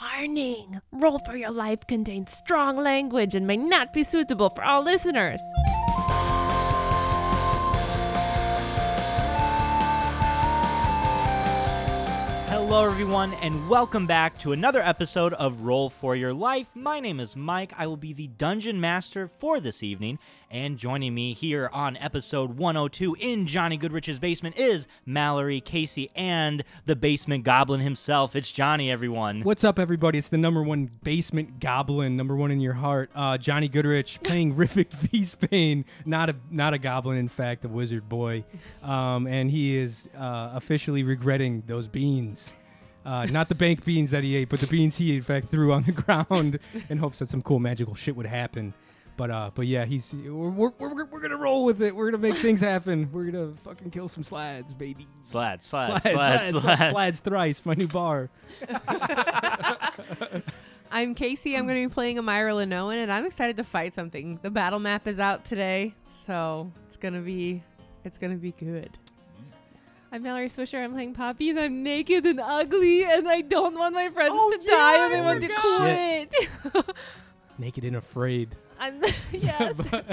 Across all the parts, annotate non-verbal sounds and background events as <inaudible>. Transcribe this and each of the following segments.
Warning! Roll for Your Life contains strong language and may not be suitable for all listeners. Hello, everyone, and welcome back to another episode of Roll for Your Life. My name is Mike. I will be the dungeon master for this evening. And joining me here on episode 102 in Johnny Goodrich's basement is Mallory, Casey, and the basement goblin himself. It's Johnny, everyone. What's up, everybody? It's the number one basement goblin, number one in your heart, uh, Johnny Goodrich, playing Rivik <laughs> Beastbane. Not a not a goblin, in fact, a wizard boy, um, and he is uh, officially regretting those beans. Uh, not the bank beans that he ate, but the beans he in fact threw on the <laughs> ground in hopes that some cool magical shit would happen. But uh, but yeah, he's we're, we're, we're, we're gonna roll with it. We're gonna make things happen. We're gonna fucking kill some slads, baby. Slad, slad, Slads, slad, slads, slads, slad. slads thrice. My new bar. I'm Casey. I'm going to be playing Amira Lenoan, and I'm excited to fight something. The battle map is out today, so it's going to be it's going to be good. I'm Mallory Swisher. I'm playing Poppy, and I'm naked and ugly, and I don't want my friends Oh, to die, and I want to <laughs> quit. Naked and afraid. I'm <laughs> yes. <laughs>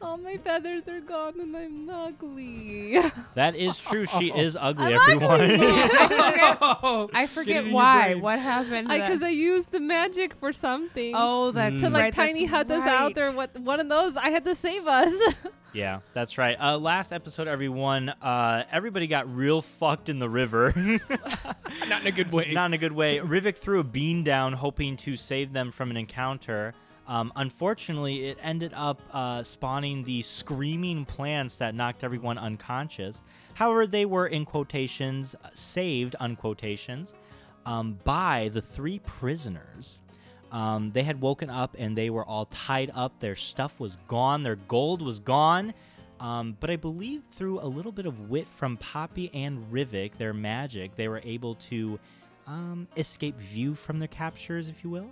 All my feathers are gone, and I'm ugly. <laughs> That is true. She is ugly, everyone. I forget, <laughs> Oh, <laughs> I forget why. What happened? Because I, used the magic for something. Mm. oh, that's to like right, tiny that's hut us out or right. what? One of those. I had to save us. <laughs> yeah, that's right. Uh, last episode, everyone, uh, everybody got real fucked in the river. <laughs> not in a good way. Not in a good way. Rivik threw a bean down, hoping to save them from an encounter. Um, unfortunately, it ended up uh, spawning the screaming plants that knocked everyone unconscious. However, they were, in quotations, saved, unquotations, um, by the three prisoners. Um, they had woken up and they were all tied up. Their stuff was gone. Their gold was gone. Um, but I believe through a little bit of wit from Poppy and Rivik, their magic, they were able to um, escape view from their captures, if you will.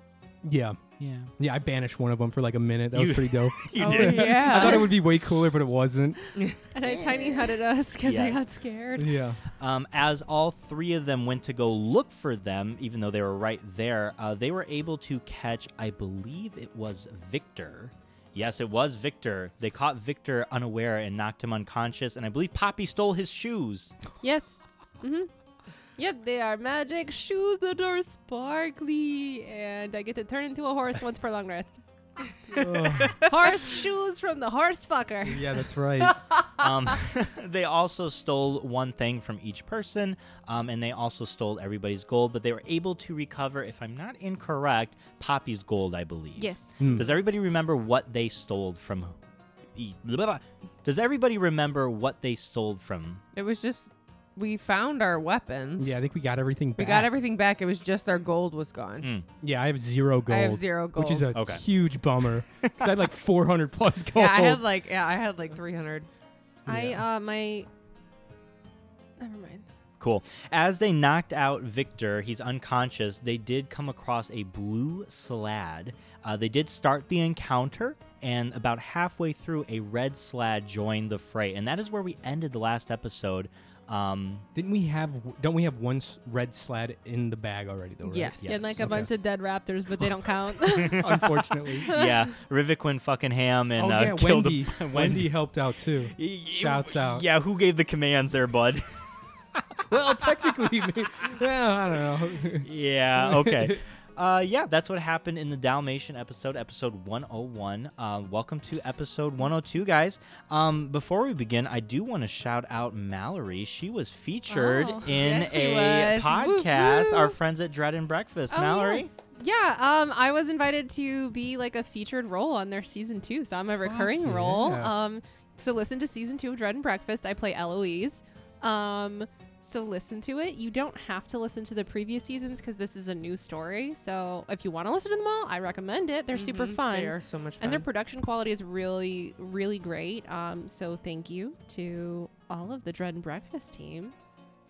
yeah, Yeah. yeah. I banished one of them for like a minute. That was You- pretty dope. <laughs> You oh, did. I thought <laughs> yeah. it would be way cooler, but it wasn't. and I tiny hutted us because I Yes. got <laughs> scared. Yeah. Um, as all three of them went to go look for them, even though they were right there, uh, they were able to catch, I believe it was Victor. Yes, it was Victor. They caught Victor unaware and knocked him unconscious, and I believe Poppy stole his shoes. Yes. hmm Yep, they are magic shoes that are sparkly, and I get to turn into a horse once per <laughs> long rest. horse shoes from the horse fucker. yeah, that's right. <laughs> um, they also stole one thing from each person, um, and they also stole everybody's gold, but they were able to recover, if I'm not incorrect, Poppy's gold, I believe. Yes. Hmm. Does everybody remember what they stole from? e- blah, blah, blah. Does everybody remember what they stole from? it was just we found our weapons. Yeah, I think we got everything we back. got everything back. It was just our gold was gone. Mm. Yeah, I have zero Mm, gold. I have zero gold. which is a Okay. huge bummer. 'cause I <laughs> had like 400 plus gold. yeah, I had like yeah, I had like 300. I uh my. Never mind. Cool. As they knocked out Victor, he's unconscious. They did come across a blue slad. Uh, they did start the encounter, and about halfway through, a red slad joined the fray, and that is where we ended the last episode. <laughs> Um, Didn't we have? Don't we have one s- red sled in the bag already though? Right? Yes. Yes. And like a Okay. bunch of dead raptors, but <laughs> they don't count. <laughs> Unfortunately. yeah, Rivik went fucking ham and oh uh, yeah, killed <laughs> Wendy. A- Wendy helped out too. Y- y- Shouts out. Yeah, who gave the commands there, bud? <laughs> Well, technically, <laughs> maybe- well, I don't know. yeah, okay. Uh, yeah, that's what happened in the Dalmatian episode, episode 101. Uh, welcome to episode 102, guys. Um, before we begin, I do want to shout out Mallory. She was featured Oh, in yes, she a was. Woo, podcast, woo. our friends at Dread and Breakfast. Oh, Mallory? yes. Yeah, um, I was invited to be like a featured role on their season two, so I'm a recurring role. yeah. Um, so listen to season two of Dread and Breakfast. I play Eloise. Um, so listen to it. You don't have to listen to the previous seasons because this is a new story. So if you want to listen to them all, I recommend it. They're super fun. Mhm. They are so much Mm-hmm. fun. and their production quality is really, really great. Um, so thank you to all of the Dread and Breakfast team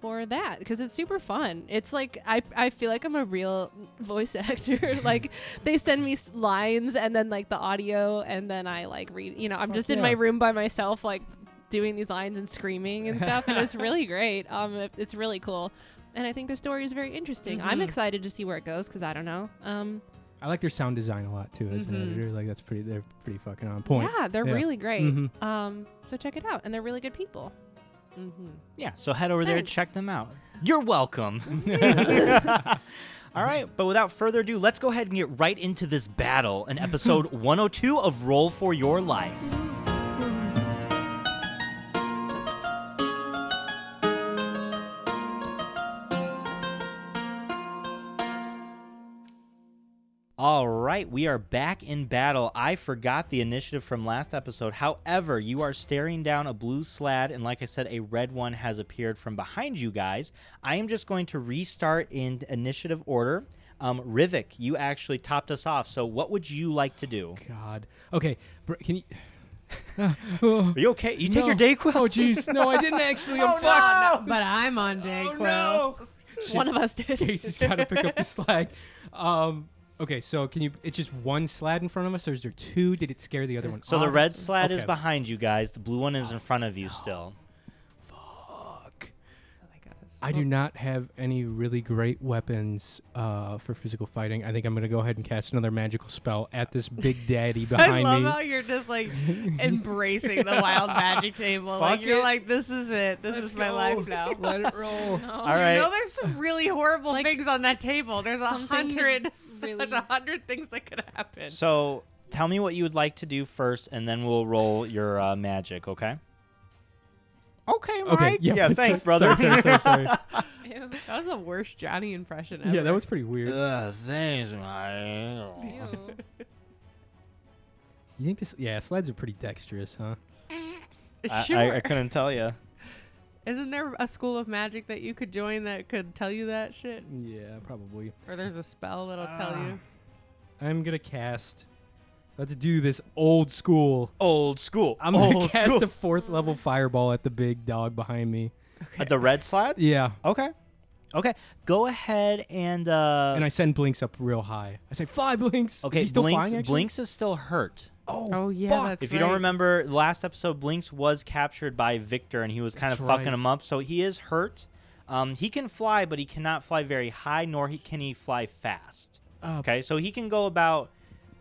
for that because it's super fun. It's like I, I feel like I'm a real voice <laughs> actor. like they send me s- lines and then like the audio and then I like read. You know, I'm Fuck just in yeah. my room by myself like doing these lines and screaming and stuff and it's really great. Um, it- it's really cool. and I think their story is very interesting. I'm Mhm. excited to see where it goes because I don't know. Um, I like their sound design a lot too as Mhm. an editor. Like that's pretty. They're pretty fucking on point. Mm-hmm. yeah, they're Yeah. really great. Mhm. Um, so check it out, and they're really good people. Mm-hmm. Yeah, so head over there and Thanks. check them out. You're welcome. <laughs> All right, but without further ado, let's go ahead and get right into this battle in episode 102 of Roll for Your Life. All right, we are back in battle. I forgot the initiative from last episode. However, you are staring down a blue slad, and like I said, a red one has appeared from behind you guys. I am just going to restart in initiative order. Um, Rivik, you actually topped us off. So, what would you like to do? God. Okay. Br- can you? <laughs> oh, Are you okay? You take your no. Dayquil. Oh jeez. No, I <laughs> didn't actually. I'm Oh, fucked. no. But I'm on day. <laughs> Oh no. One of us did. <laughs> Casey's got to pick up the slack. Um. Okay. So can you? It's just one slad in front of us, or is there two? Did it scare the other one? <laughs> So the off? red slat is Okay. behind you guys. The blue one is in front of you still. Fuck. Oh I do not have any really great weapons uh, for physical fighting. I think I'm gonna go ahead and cast another magical spell at <laughs> this big daddy I behind love me. how you're just <laughs> like embracing the wild <laughs> magic table. like Fuck you're it. like, this is it. This is my life now. <laughs> <laughs> Let it roll. All right. You know, there's some really horrible Like, things on that table. There's a something could hundred. <laughs> really- There's a hundred things that could happen. So tell me what you would like to do first, and then we'll roll your uh, magic, okay? Okay, Okay. Yeah. Yeah, thanks, brother. Sorry, sorry, sorry, sorry. Ew. That was the worst Johnny impression <laughs> ever. yeah, <laughs> that was pretty weird. Ugh, thanks, Mike. Ew. You think this? Yeah, sleds are pretty dexterous, huh? Sure. I, I couldn't tell you. Isn't there a school of magic that you could join that could tell you that shit? Yeah, probably. Or there's a spell that'll tell you? Ah. I'm gonna cast. Let's do this old school. Old school. I'm gonna Old cast school. a fourth <laughs> level fireball at the big dog behind me. At the red slide? Yeah, Okay. Okay. Go ahead and. Uh, and I send Blinks up real high. I say, "Fly, Blinks." okay, Is he still Blinks, flying, actually? Blinks is still hurt. Oh, Oh, yeah, fuck. that's- if you don't right. remember, last episode, Blinks was captured by Victor and he was kind That's of fucking right. him up. So he is hurt. Um, he can fly, but he cannot fly very high, nor he, can he fly fast. Uh, Okay, so he can go about,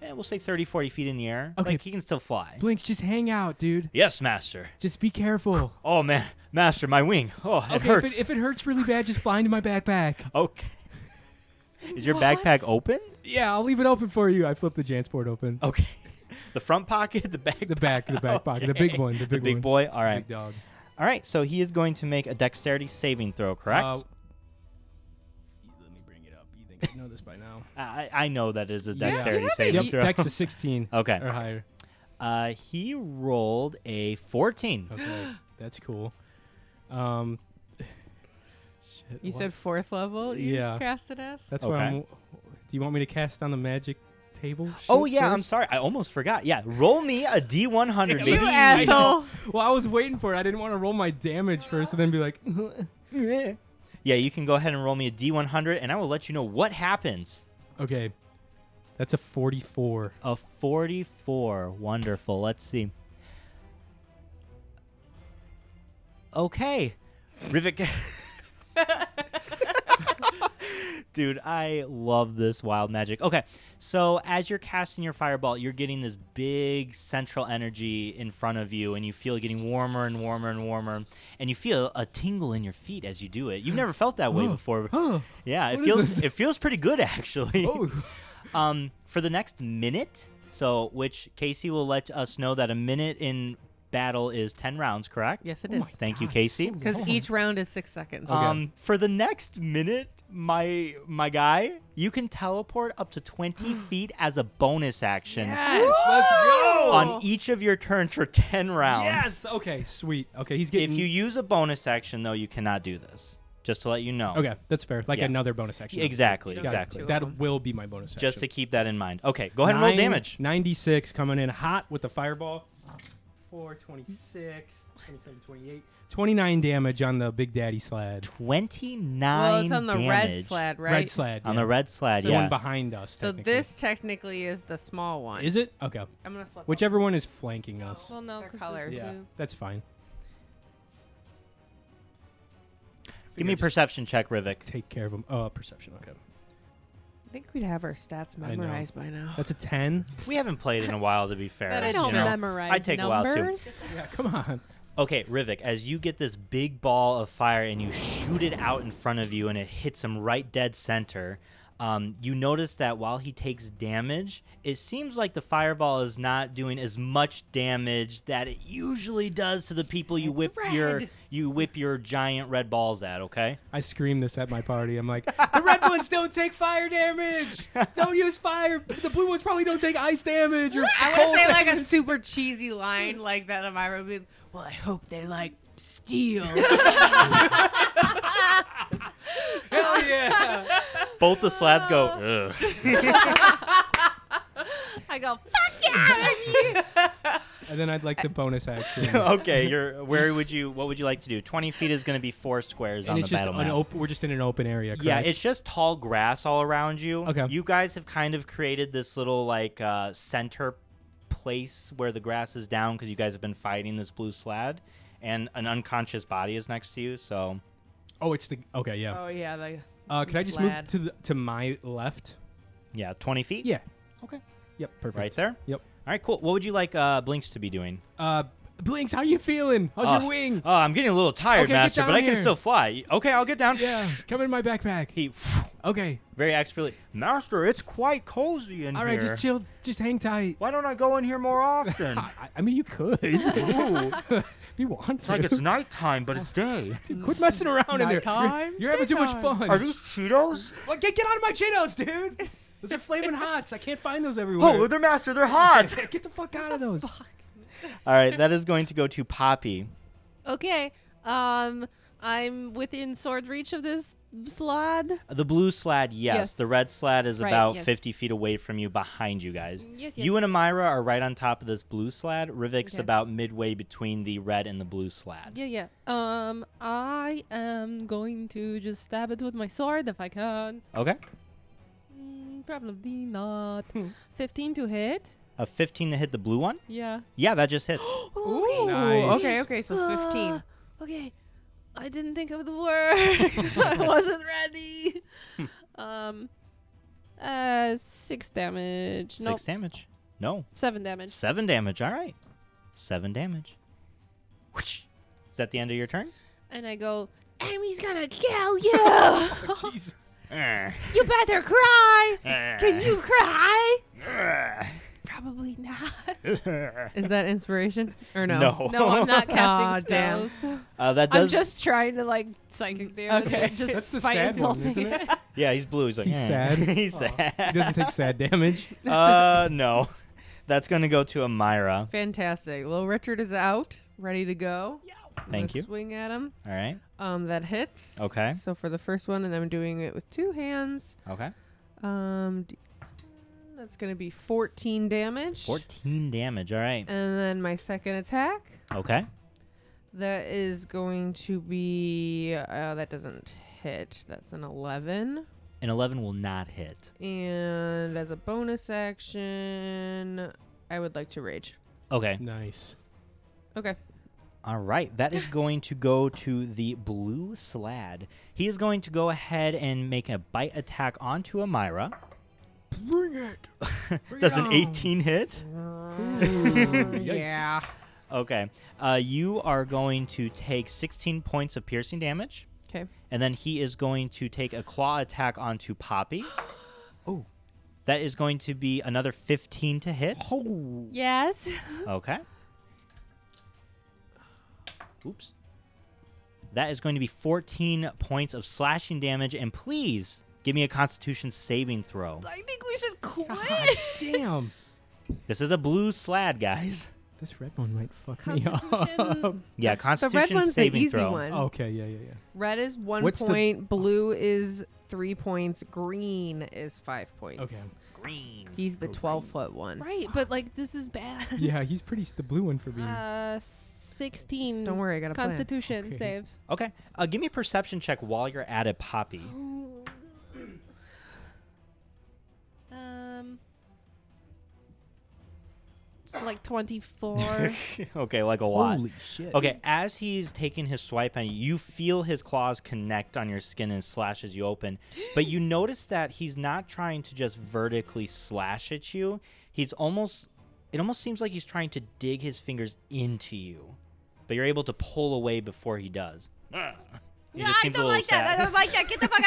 eh, we'll say 30, 40 feet in the air. Okay. Like, he can still fly. Blinks, just hang out, dude. yes, master. Just be careful. Oh, man. Master, my wing. Oh, it okay, hurts. If, it, if it hurts really bad, just fly into my backpack. okay. Is your What? backpack open? Yeah, I'll leave it open for you. I flipped the Jansport open. Okay. <laughs> The front pocket, the back The back, the back pocket, the big one, the The big, big one. boy. All right. Big dog. All right. So he is going to make a dexterity saving throw, correct? Uh, let me bring it up. You think I know this <laughs> by now? I, I know that is a Yeah. dexterity You saving yep, throw. Dex is 16 okay. or higher. <laughs> Uh, he rolled a 14. Okay, that's cool. Um, <laughs> shit, You what- said fourth level? You Yeah. Cast it as? that's Okay. why. I'm, do you want me to cast on the magic table? Oh shit yeah, I'm first? sorry. I almost forgot. Yeah, roll me a D100, You baby. <laughs> asshole. Well, I was waiting for it. I didn't want to roll my damage first and then be <laughs> like, Yeah, you can go ahead and roll me a D100, and I will let you know what happens. okay, that's a 44. A 44. Wonderful. Let's see. Okay. Rivik. <laughs> Dude, I love this wild magic. Okay, so as you're casting your fireball, you're getting this big central energy in front of you, and you feel it getting warmer and warmer and warmer, and you feel a tingle in your feet as you do it. You've never felt that way Oh. before. Oh, Yeah, it What is feels this? it feels pretty good <laughs> actually. oh. Um, for the next minute, so which Casey will let us know that a minute in battle is ten rounds, correct? Yes, it Oh is. my Thank you, God, Casey. so Because long. each round is six seconds. Okay. Um, for the next minute, my my guy, you can teleport up to <gasps> twenty feet as a bonus action Yes, let's go. on each of your turns for ten rounds. Yes. Okay. Sweet. Okay, he's If getting. you use a bonus action, though, you cannot do this. Just to let you know. okay, that's fair. Like Yeah. another bonus action. Exactly. You don't Got it. have Exactly. to. That Um, will be my bonus action. Just to keep that in mind. Okay. Go ahead and roll Nine- damage. 96 coming in hot with the fireball. 4, 26, 27, 28. 29 damage on the Big Daddy sled. Twenty nine. well, it's on the red sled, right? Red sled. On yeah. the red sled. The yeah. one behind us. So technically. this technically is the small one. Is it? Okay. I'm gonna flip. over. Whichever one is flanking us. Well, no, Their 'cause colors. it's Yeah. blue. That's fine. Give me a I just perception check, Rivik. Take care of him. Oh, perception. Okay. I think we'd have our stats I know. memorized by now. That's a <laughs> 10. We haven't played in a while, to be fair. That I is you don't true. know. memorize I'd take a while, too. numbers. Yeah, come on. Okay, Rivik, as you get this big ball of fire and you shoot it out in front of you and it hits him right dead center, um, you notice that while he takes damage, it seems like the fireball is not doing as much damage that it usually does to the people you whip your red. you whip your giant red balls at, okay? I scream this at my party. I'm like, the <laughs> red ones don't take fire damage. Don't use fire. The blue ones probably don't take ice damage. Or <laughs> I cold want to say like a damage." super cheesy line like that of Myra would be, well, I hope they like <laughs> steel. <laughs> Hell yeah. Both the slats <laughs> go, Ugh. <laughs> I go, fuck <laughs> yeah! and then I'd like the bonus <laughs> action. <laughs> okay, you're where would you what would you like to do? Twenty feet is gonna be four squares and on it's the just battle an map. open. We're just in an open area. Yeah, correct? it's just tall grass all around you. Okay. You guys have kind of created this little like uh, center place where the grass is down because you guys have been fighting this blue slad, and an unconscious body is next to you. So oh, it's the okay. Yeah. oh yeah, like Uh, could I just move Lad. to the, to my left? yeah, twenty feet. Yeah. Okay. Yep. Perfect. Right there. Yep. All right, cool. What would you like uh, Blinks to be doing? Uh, Blinks, how you feeling? How's your wing? Oh, I'm getting a little tired, Okay, get Master, but down I can here. still fly. Okay, I'll get down. yeah. Come in my backpack. He Okay. very expertly, Master. It's quite cozy in All here. right. Just chill. Just hang tight. Why don't I go in here more <laughs> often? I, I- I mean, <laughs> you could. <laughs> if you want it's to. like it's nighttime, but it's day. <laughs> Quit messing around in there. You're, Nighttime, you're having too much daytime. fun. Are these Cheetos? Well, get get out of my Cheetos, dude. Those are flaming hots. I can't find those everywhere. Oh, they're master. They're <laughs> hot. get the fuck out of those. All right, that is going to go to Poppy. okay, um, I'm within sword reach of this slod. The blue slad, yes. Yes. The red slad is Right, about yes. 50 feet away from you, behind you guys. Yes, yes. You and Amira are right on top of this blue slad. Rivik's Okay. about midway between the red and the blue slad. Yeah, yeah. Um, I am going to just stab it with my sword if I can. Okay. Mm, probably not. Hmm. 15 to hit. A 15 to hit the blue one? Yeah. Yeah, that just hits. Ooh, Nice. Oh, okay, okay, so fifteen. Ah, okay. I didn't think of the word. <laughs> I wasn't ready. um, uh, six damage. No, Six damage. No. seven damage. Seven damage. All right. Seven damage. Whoosh. Is that the end of your turn? And I go, Amy's gonna kill you. <laughs> Jesus. you better cry. Can Can you cry? Probably not. Is that inspiration or no? No. <laughs> No, I'm not Aw, casting damn. spells. <laughs> Uh, that I'm does. just trying to like psychic damage. Okay. Just That's the by sad one, <laughs> insulting isn't it? Yeah, he's blue. He's like He's "Eh." <laughs> sad. he's Oh. He <laughs> sad. doesn't take sad <laughs> damage. uh, no, that's gonna go to Amira. Fantastic. Well, Richard is out, ready to go. I'm Thank you. gonna Swing at him. All right. Um, that hits. Okay. So for the first one, and I'm doing it with two hands. Okay. Um, d- that's gonna be 14 damage. Fourteen damage. All right. And then my second attack. Okay. That is going to be. Uh, that doesn't hit. That's an 11. An eleven will not hit. And as a bonus action, I would like to rage. Okay. Nice. Okay. All right. That is going to go to the blue slad. He is going to go ahead and make a bite attack onto Amira. <laughs> Bring it. Does an eighteen hit? yeah. Okay. Uh, you are going to take sixteen points of piercing damage. Okay. and then he is going to take a claw attack onto Poppy. <gasps> Oh. That is going to be another 15 to hit. Oh. Yes. Okay. Oops. That is going to be 14 points of slashing damage, and please give me a Constitution saving throw. I think we should quit. God damn. This is a blue slad, <laughs> guys. This red one might fuck me up. <laughs> Constitution. Yeah, The Constitution red one's the saving easy throw. one. Okay. Yeah. Yeah. Yeah. Red is one What's the- point. blue is three points. Green is five points. Okay. Green. He's the 12 foot one. Right, but like this is bad. Yeah. He's pretty. s- The blue one for being. Uh, sixteen. Don't worry, I got a plan. Constitution Okay. save. Okay. Uh, give me a perception check while you're at it, Poppy. Oh. Um. It's like 24. <laughs> okay, like a lot. Holy shit. Okay, as he's taking his swipe on you, you feel his claws connect on your skin and slash as you open. But <gasps> you notice that he's not trying to just vertically slash at you. He's almost it almost seems like he's trying to dig his fingers into you. But you're able to pull away before he <laughs> does. You just seemed a little sad. <laughs> like that. Get the fuck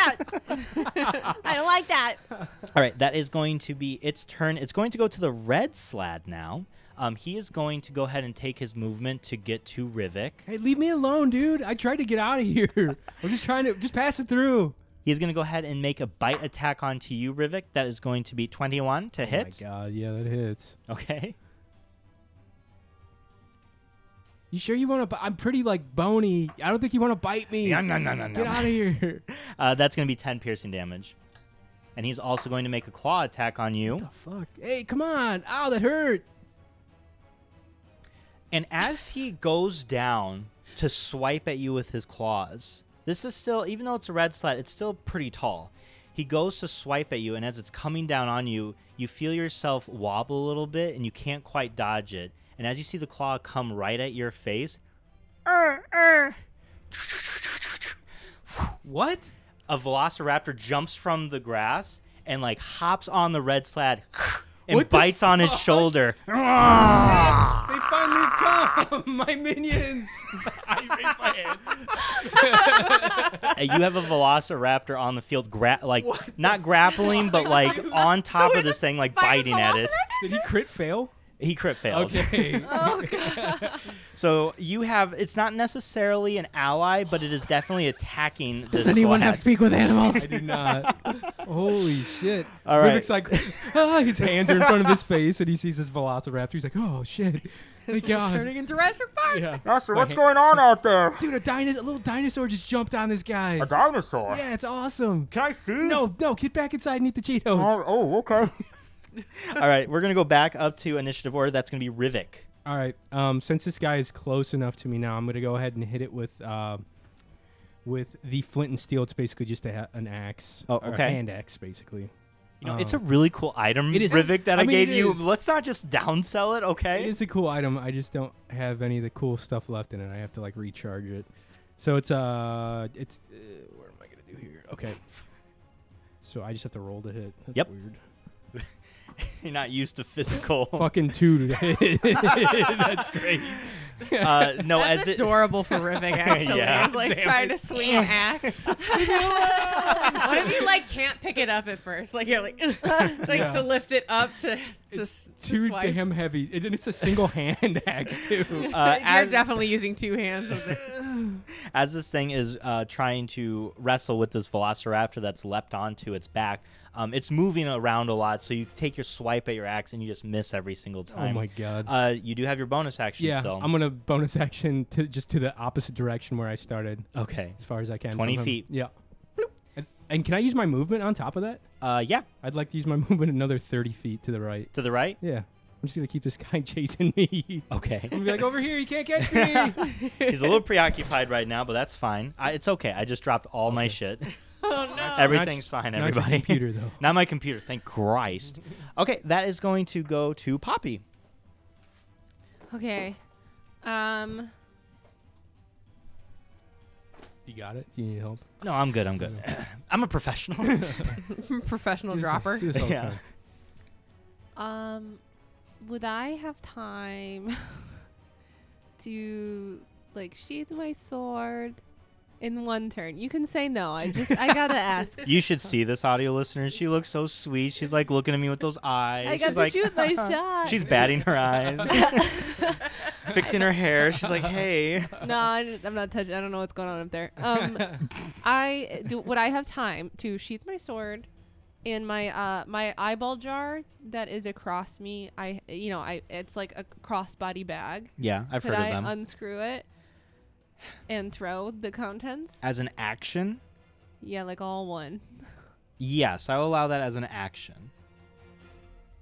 out. I don't like that. All right, that is going to be its turn. It's going to go to the red slad now. Um, he is going to go ahead and take his movement to get to Rivik. Hey, leave me alone, dude. I tried to get out of here. <laughs> I'm just trying to just pass it through. He's going to go ahead and make a bite attack onto you, Rivik. That is going to be 21 to Oh my hit. god, yeah, that hits. Okay. You sure you want to? I'm pretty like bony. I don't think you want to bite me. No, no, no, no, Get no. out of <laughs> here. Uh, that's going to be 10 piercing damage. And he's also going to make a claw attack on you. the fuck? Hey, come on. Ow, that hurt. And as he goes down to swipe at you with his claws, this is still, even though it's a red slat, it's still pretty tall. He goes to swipe at you, and as it's coming down on you, you feel yourself wobble a little bit and you can't quite dodge it. And as you see the claw come right at your face, "Arr, arr." What? a velociraptor jumps from the grass and like hops on the red <laughs> slat and What the bites on its shoulder. They finally have come. <laughs> My minions. I raise my hands. Uh, you have a velociraptor on the field, gra- like not grappling, but like on top of this thing, like biting at it. Did he crit fail? He crit failed. <laughs> Okay. So you have, it's not necessarily an ally, but it is definitely <laughs> attacking this Does anyone slag. have speak with <laughs> animals? I do not. Holy shit. All right. Rubik's like, <laughs> ah, his hands are in front of his face and he sees his velociraptor. He's like, oh shit. Thank God. turning into Jurassic <laughs> Park. yeah. Master, what's what's going on out <laughs> there? Dude, a, dino- a little dinosaur just jumped on this guy. A dinosaur. Yeah, it's awesome. Can I see? No, no, get back inside and eat the Cheetos. Oh, oh, <laughs> okay. All right, we're going to go back up to initiative order. That's going to be Rivik. All right. Um, since this guy is close enough to me now, I'm gonna go ahead and hit it with uh, with the flint and steel. It's basically just a, ha- an axe. Oh, or a okay. hand axe, basically. You know, Oh. it's a really cool item, It is- Rivik, that I, I mean, gave it you. is. Let's not just downsell it, okay? It is a cool item. I just don't have any of the cool stuff left in it. I have to like recharge it. So it's uh, it's uh, where am I gonna do here? Okay. So I just have to roll to hit. That's Yep. Weird. You're not used to physical. <laughs> Fucking two to hit. <laughs> That's great. Uh, no, That's as it. adorable for <laughs> Rivik, actually. Yeah. It's like trying to swing an axe. <laughs> what if you like can't pick it up at first? Like you're like, <laughs> like Yeah. to lift it up to, to, It's s- to too swipe. damn heavy, and it's a single <laughs> hand axe too. Uh, <laughs> You're as, definitely using two hands. With it. as this thing is uh, trying to wrestle with this velociraptor that's leapt onto its back, um, it's moving around a lot. So you take your swipe at your axe and you just miss every single time. Oh my god. Uh, you do have your bonus action Yeah, still. I'm gonna bonus action to just to the opposite direction where I started, okay. as far as I can. 20 from him. feet. Yeah. And, and can I use my movement on top of that? Uh, yeah, I'd like to use my <laughs> movement another 30 feet to the right. to the right. Yeah, I'm just gonna keep this <laughs> guy chasing me. <laughs> Okay. <laughs> I'm gonna be like, over here, you can't catch me. He's a little preoccupied right now, but that's fine. I, it's okay. I just dropped all my <laughs> shit. Oh no! Everything's fine, Not your everybody. computer though. <laughs> Not my computer, thank <laughs> Christ. Okay, that is going to go to Poppy. Okay. Um. You got it. Do you need help? No, I'm good. I'm good. <clears throat> I'm a professional. <laughs> <laughs> Professional Do this- dropper. Do this all the Yeah. time. Um. Would I have time <laughs> to like sheath my sword in one turn? You can say no. I just I <laughs> gotta ask. You should see this audio listener. She looks so sweet. She's like looking at me with those eyes. I got she's to like <laughs> shoot my shot. she's batting her eyes, <laughs> <laughs> fixing her hair. She's like, "Hey, no, I, am not touching. I don't know what's going on up there. <laughs> Um, I do. Would I have time to sheath my sword in my uh my eyeball jar that is across me? I you know I it's like a crossbody bag. yeah, I've Could heard I of them." unscrew it and throw the contents? as an action, Yeah, like all one. yes, I'll allow that as an action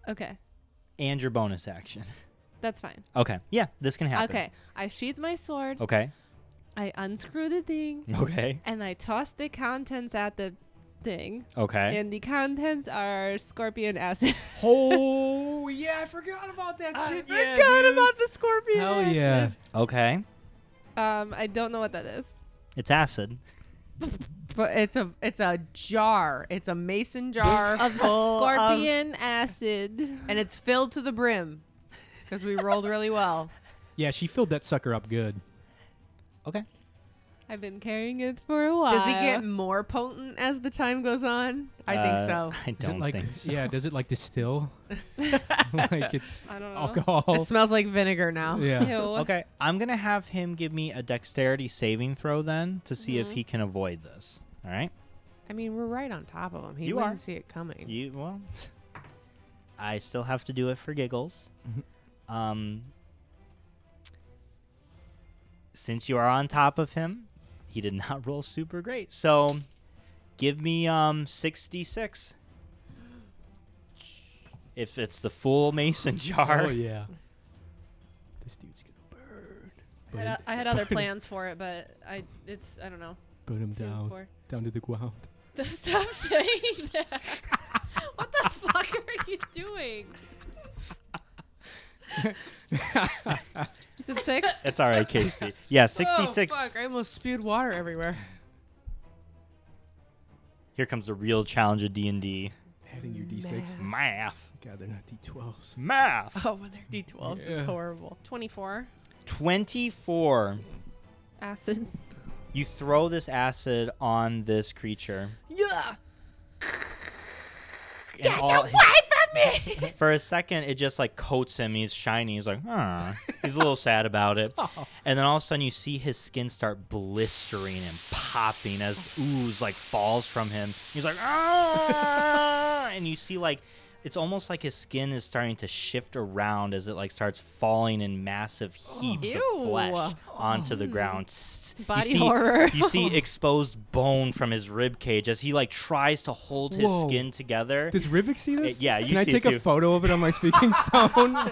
Okay, and your bonus action. that's fine. Okay, yeah, this can happen. Oh. Okay, I sheath my sword. okay, I unscrew the thing okay. and I toss the contents at the thing. Okay. And the contents are scorpion acid. <laughs> Oh yeah, I forgot about that shit. yeah, forgot dude. about the scorpion. Hell acid. yeah. okay. um, I don't know what that is. It's acid. But it's a it's a jar. It's a mason jar Of full of- scorpion acid. and it's filled to the brim because we rolled really well. Yeah, she filled that sucker up good. Okay. I've been carrying it for a while. Does it get more potent as the time goes on? I Uh, think so. I Is it don't like- think so. Yeah, does it <laughs> like distill? like it's I don't know. It alcohol. smells like vinegar now. Ew. oh. <laughs> Yeah. Okay, I'm gonna have him give me a dexterity saving throw then to see Mm-hmm. if he can avoid this. All right. I mean, we're right on top of him. He You wouldn't are. see it coming. You well, <laughs> I still have to do it for giggles. Mm-hmm. Um, since you are on top of him, he did <laughs> not roll super great. So, give me um 66. If it's the full mason <laughs> jar. Oh yeah. <laughs> This dude's gonna burn. I Burn, had, I had <laughs> other plans for it, but I it's I don't know. burn him two to down, four. down to the ground. <laughs> Stop saying that. what the fuck are you doing? you said <laughs> six? It's all right, Casey. Yeah, <laughs> Oh, 66. fuck. I almost spewed water everywhere. Here comes the real challenge of D&D. Adding your d6. Math. Math. God, they're not d12s. Math. <laughs> Oh, when they're D12, Yeah. it's horrible. 24. 24. Acid. You throw this acid on this creature. Yeah. And all- away from me! <laughs> for a second, it just like coats him. He's shiny. He's like, huh. He's a little sad about <laughs> it. Oh. And then all of a sudden, you see his skin start blistering and popping as ooze like falls from him. He's like, <laughs> ah. and you see like. It's almost like his skin is starting to shift around as it like starts falling in massive heaps Ew. of flesh onto the ground. Hmm. Body you see, horror. you see <laughs> exposed bone from his rib cage as he like tries to hold his Whoa. skin together. Does Rivik see this? yeah, you Can I see it take too. a photo of it on my <laughs> speaking <laughs> stone?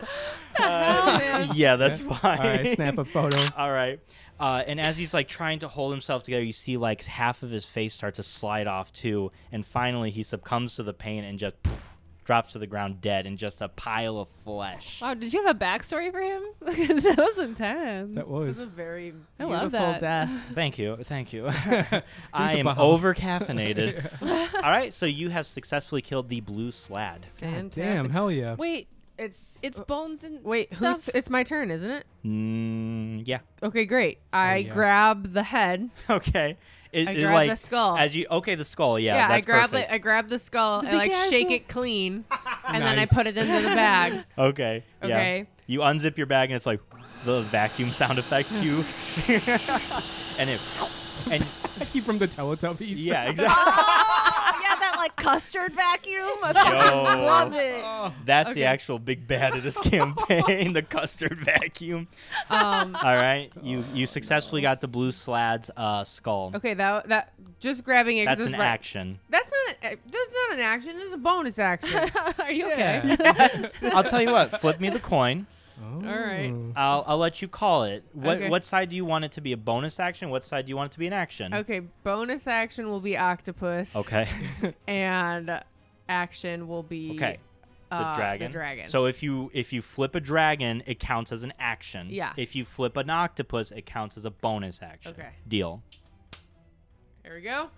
Uh-huh. yeah, that's fine. All right, snap a photo. <laughs> All right. Uh, and as he's like trying to hold himself together, you see like half of his face start to slide off too. And finally, he succumbs to the pain and just poof, drops to the ground dead in just a pile of flesh. Wow, did you have a backstory for him? <laughs> 'Cause that was intense. That It was was. a very I beautiful love that. death. <laughs> Thank you. Thank <laughs> you. <laughs> I a am bomb. over caffeinated. <laughs> All right. So you have successfully killed the blue slad. Fantastic. Damn, hell yeah. Wait, It's oh, it's Oh. bones and wait. Who's? stuff. It's my turn, isn't it? Mm, yeah. Okay, great. I yeah. grab the head. <laughs> Okay. It, I it, grab like, the skull. As you okay, the skull. Yeah. Yeah, I that's grab perfect. it. I grab the skull. The I like big ass shake one. <laughs> it clean, and then I Nice. put it into the bag. Okay. yeah. Okay. You unzip your bag and it's like the vacuum sound effect cue, <laughs> <laughs> and it and I keep from the Teletubbies. <laughs> yeah, exactly. Oh, yeah, that like custard vacuum. <laughs> I Yo. love it. That's the actual big bad of this campaign, the custard vacuum. Um, <laughs> All right, you you successfully got the blue slad's uh, skull. okay, that that just grabbing it. 'cause That's an it's like- <laughs> action. That's not. A, that's not an action. This is a bonus action. Are you okay? <laughs> <laughs> Yeah. I'll tell you what. Flip me the coin. All Hmm. right. I'll I'll let you call it. What Okay. what side do you want it to be a bonus action? What side do you want it to be an action? okay, bonus action will be octopus. <laughs> Okay. <laughs> and action will be Okay. the uh, dragon. The dragon. So if you if you flip a dragon, it counts as an action. Yeah. If you flip an octopus, it counts as a bonus action. Okay. Deal. there we go.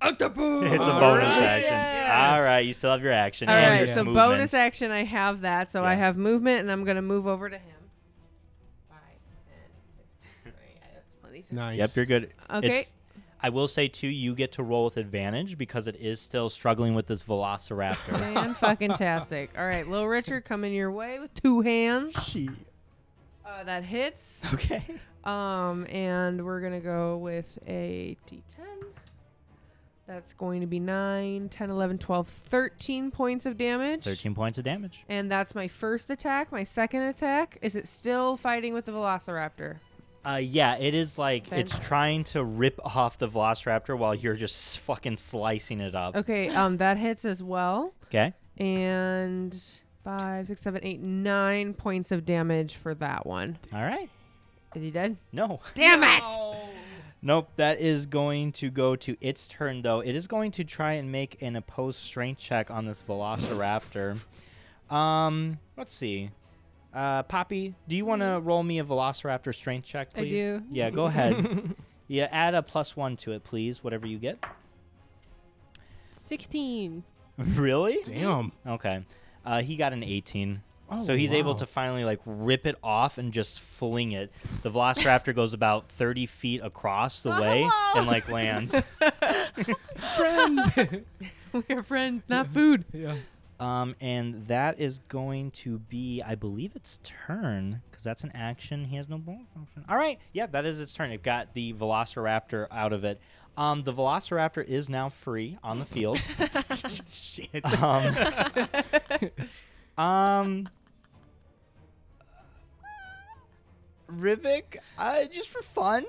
It's a All bonus right. action. Yes. All right, you still have your action. All right. and your So movement. bonus action, I have that. So I Yeah. have movement, and I'm gonna move over to him. Five, ten, fifteen, that's twenty-six. Nice. Yep, you're good. Okay. It's, I will say too, you get to roll with advantage because it is still struggling with this velociraptor. <laughs> Man, fucking tastic. All right, Lil Richard coming your way with two hands. She. Uh, that hits. okay. Um, and we're gonna go with a D10. That's going to be 9, 10, 11, 12, 13 points of damage. Thirteen points of damage. And that's my first attack. My second attack is it still fighting with the Velociraptor? Uh, yeah, it is like it's Fantastic. trying to rip off the velociraptor while you're just fucking slicing it up. Okay, um, that hits as well. Okay. And five, six, seven, eight, nine points of damage for that one. All right. Is he dead? No. Damn it! Nope, that is going to go to its turn, though. It is going to try and make an opposed strength check on this Velociraptor. um, let's see. Uh, Poppy, do you want to roll me a Velociraptor strength check, I please? do. Yeah, go ahead. yeah, add a plus one to it, please, whatever you get. 16. Really? <laughs> Damn. Okay. Uh, he got an 18. Oh, so he's able wow. to finally like rip it off and just fling it. The Velociraptor goes about 30 feet across <laughs> the way and like lands. Friend. <laughs> We're friend, not food. <laughs> yeah. Um, and that is going to be, I believe, its turn because that's an action. He has no bonus function. All right, yeah, that is its turn. It got the Velociraptor out of it. Um, the Velociraptor is now free on the field. <laughs> Shit. Um, um Rivik, uh, just for fun,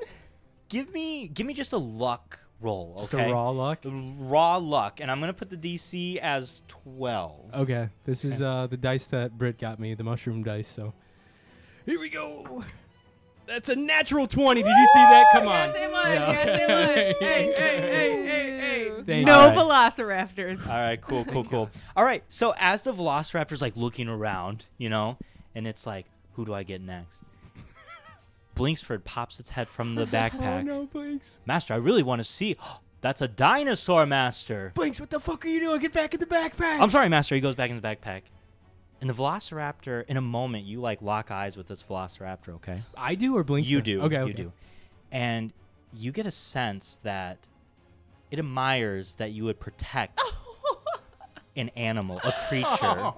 give me give me just a luck roll, Just okay? a raw luck. Raw luck, and I'm gonna put the DC as twelve. Okay. This is uh, the dice that Britt got me, the mushroom dice. So here we go. That's a natural 20. Did you see that? Come on. Yes, it was. Yeah. <laughs> Yes, it was. hey, hey, hey, hey, hey. Thank Oh, No All right. velociraptors. All right, cool, cool, cool. All right, so as the Velociraptor's like looking around, you know, and it's like, who do I get <laughs> next? Blinksford pops its head from the backpack. Oh, no, Blinks. Master, I really want to see. <gasps> That's a dinosaur, Master. Blinks, what the fuck are you doing? Get back in the backpack. I'm sorry, Master. He goes back in his backpack. And the Velociraptor, in a moment, you like lock eyes with this Velociraptor, okay? I do or Blinks? You does? do. Okay. You okay. do. And you get a sense that it admires that you would <laughs> protect an animal, a creature.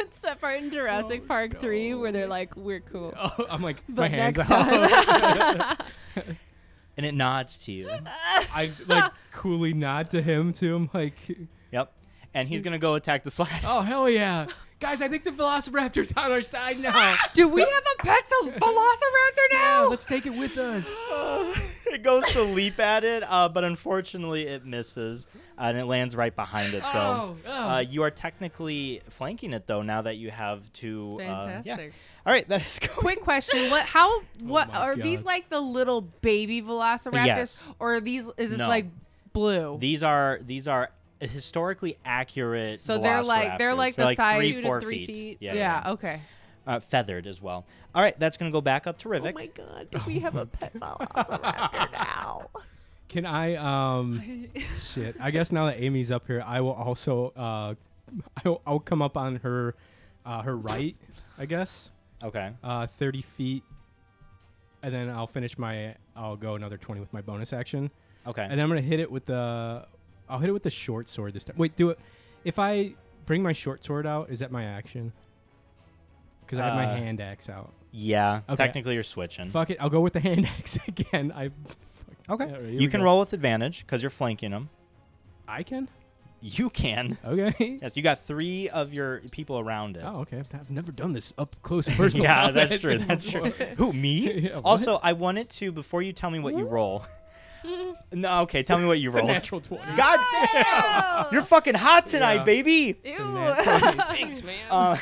It's that part in Jurassic Oh, Park 3 no. where they're like, we're cool. <laughs> Oh, I'm like, my But hands next out. and it nods to you. <laughs> I like coolly nod to him too. I'm like, Yep. And he's going to go attack the slide. oh hell yeah, guys! I think the Velociraptor's on our side <laughs> now. <laughs> Do we have a pet velociraptor yeah, now? let's take it with us. <laughs> it goes to leap at it, uh, but unfortunately it misses, uh, and it lands right behind it. Though Oh, oh. Uh, you are technically flanking it, though. Now that you have two, uh, yeah. Fantastic. All right, that is <laughs> going. <laughs> Quick question: What? How? Oh What my are these God. like the little baby velociraptors, Yes. or are these? Is this No. like blue? These are these are historically accurate. So they're like- they're velociraptors. like the size- three, Two to four three feet. Yeah, yeah. Okay. uh, feathered as well. All right, that's going to go back up to Rivik. Oh my god, do we have <laughs> a pet velociraptor <laughs> now? Can I? Um, shit. I guess now that Amy's up here, I will also. Uh, <laughs> I'll, I'll come up on her, uh, her right. I guess okay, uh, thirty feet, and then I'll finish my. I'll go another twenty with my bonus action. okay. And then I'm gonna hit it with the. I'll hit it with the short sword this time. Wait, do it. If I bring my short sword out, is that my action? Because I have my Uh, hand axe out. yeah, Okay. technically you're switching. Fuck it, I'll go with the <laughs> hand axe again. I. Okay, All right, here we you can go. roll with advantage because you're flanking them. I can. You can. <laughs> Okay. Yes, you got three of your people around it. Oh, okay. I've- I've never done this up <laughs> close and personal. yeah, combat that's true. thing <laughs> That's true. before. Who me? Yeah, what? also, I wanted to before you tell me what you roll. <laughs> no, okay, tell me what you It's a roll. natural twenty. <laughs> God damn! You're fucking <laughs> hot tonight, Yeah. baby. It's a Ew. nat <laughs> 20. Thanks, man. Uh, <laughs> all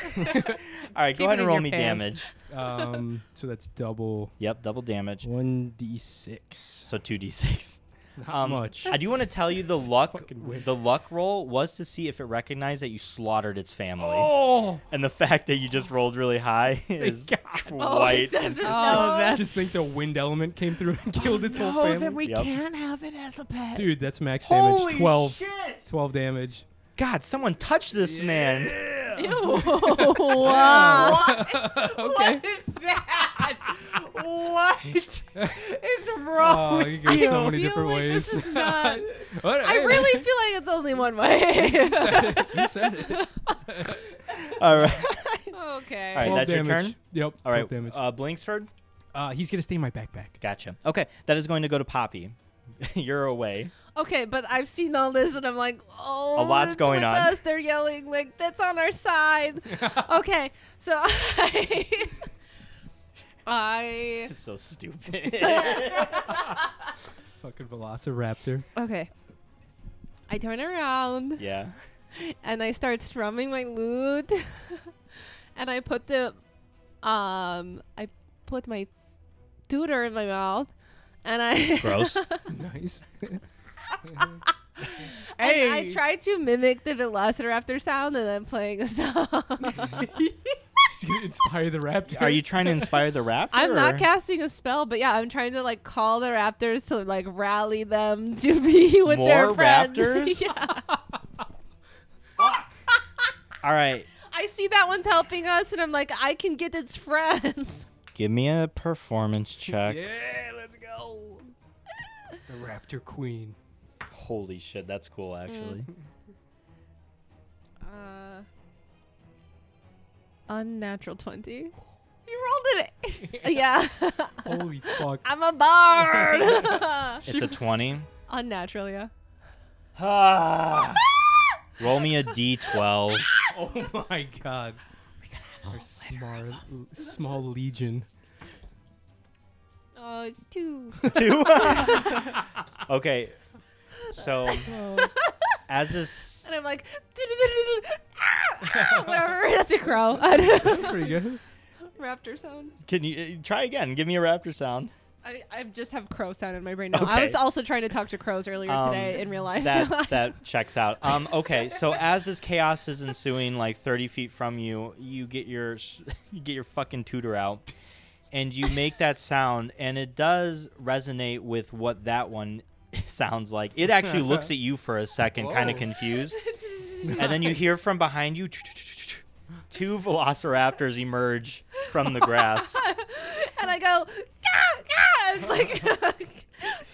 right, go Keep ahead and it in roll your me pants. damage. um, so that's double Yep, double damage. one d six. So two d six. Not Um, much. I do want to tell you <laughs> the luck. fucking weird. The luck roll was to see if it recognized that you slaughtered its family, Oh. and the fact that you just rolled really <laughs> high is God. Oh, quite. Oh, doesn't interesting. Oh, know. that's- just think the wind element came through and <laughs> killed its whole family. we Yep. can't have it as a pet. Dude, that's max damage. 12, shit! 12 damage. God, someone touched this man. <laughs> <laughs> <laughs> wow. What is that? what is Oh, wrong? you go so many feel different like ways. this is not- <laughs> What- I hey, really feel like it's only <laughs> one way. you said it. <laughs> All right. Oh, okay. All right, 12 that's your damage. turn? Yep. All right. 12 damage. Uh, Blinksford, Uh, he's gonna stay in my backpack. gotcha. Okay, that is going to go to Poppy. <laughs> You're away. Okay, but I've seen all this and I'm like, oh, A lot's it's going with on. Us. They're yelling like that's on <laughs> our side. okay, so <laughs> I, I This is so stupid. <laughs> Fucking Velociraptor. <laughs> okay, I turn around yeah. and I start strumming my lute, <laughs> and I put the, um, I put my tutor in my mouth, and I <laughs> Gross. nice. and I tried to mimic the Velociraptor sound, and I'm playing a <laughs> song. She's gonna inspire the raptor. <laughs> Are you trying to inspire the raptor? I'm not or- casting a spell, but yeah, I'm trying to like call the raptors to like rally them <laughs> to be with their More friends. raptors? <laughs> yeah. All right. I see that one's helping us, and I'm like, I can get its friends. <laughs> Give me a performance check. Yeah, let's go. The raptor queen. Holy shit, that's cool Mm. <laughs> actually. Uh, unnatural twenty. You rolled it. <laughs> yeah, <laughs> Holy fuck. I'm a bard. It's a 20. <laughs> unnatural, yeah. Roll me a <laughs> d12. Oh my god. Our small, small legion. Oh, it's two. Two. <laughs> okay. So as this and I'm like, <laughs> ah, <laughs> ah, whatever. That's a crow. <laughs> I don't- That's pretty good. Raptor sound. can you uh, try again? Give me a raptor sound. I, I just have crow sound in my brain now. I was Okay. also trying to talk to crows earlier Um, today in real <laughs> life. so I- <laughs> That that checks out. Um okay, so as this chaos is ensuing like 30 feet from you, you get your s- <laughs> you get your fucking tutor out and you make that sound and it does resonate with what that one <laughs> sounds like. It actually looks at you for a second kind of Whoa. confused. and then you hear from behind you <laughs> two velociraptors emerge from the grass. and I go, ah, ah, it's like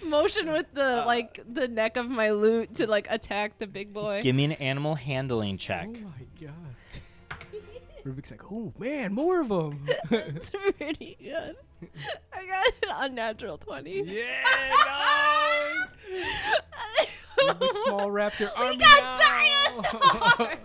<laughs> motion with Uh, the like the neck of my lute to like attack the big boy. Give me an animal handling <laughs> Oh check. my god. <laughs> Rubik's like, oh man, more of them. <laughs> <laughs> it's pretty good. I got an unnatural twenty. <laughs> yeah, The small raptor army. <laughs> we got now. <laughs> dinosaurs.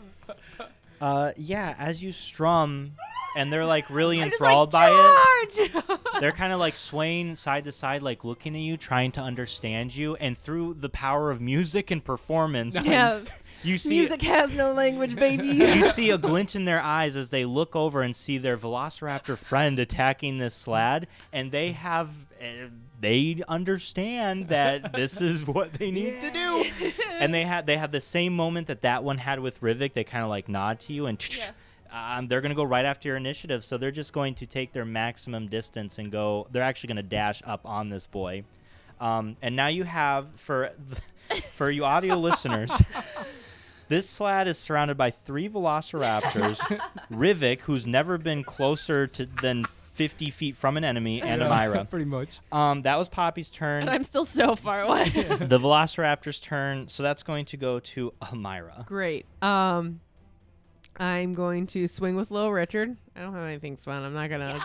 Uh yeah, as you strum and they're like really I'm just enthralled like, by it. Charge! <laughs> They're kind of like swaying side to side, like looking at you, trying to understand you. And through the power of music and performance, yeah, you see music has no <laughs> language, baby. you see a glint in their eyes as they look over and see their velociraptor friend attacking this slad, and they have. Uh, they understand that this is what they need to do, and they had they have the same moment that that one had with Rivik. They kind of like nod to you, and Yeah. um, they're gonna go right after your initiative. So they're just going to take their maximum distance and go. They're actually gonna dash up on this boy, um, and now you have for <laughs> for you audio listeners. This slad is surrounded by three velociraptors, Rivik, who's never been closer to than 50 feet from an enemy, and Yeah, <laughs> Amira. <laughs> Pretty much. Um, that was Poppy's turn. and I'm still so far away. the velociraptor's turn, so that's going to go to Amira. <laughs> Great. Um, I'm going to swing with Little Richard. I don't have anything fun. I'm not gonna.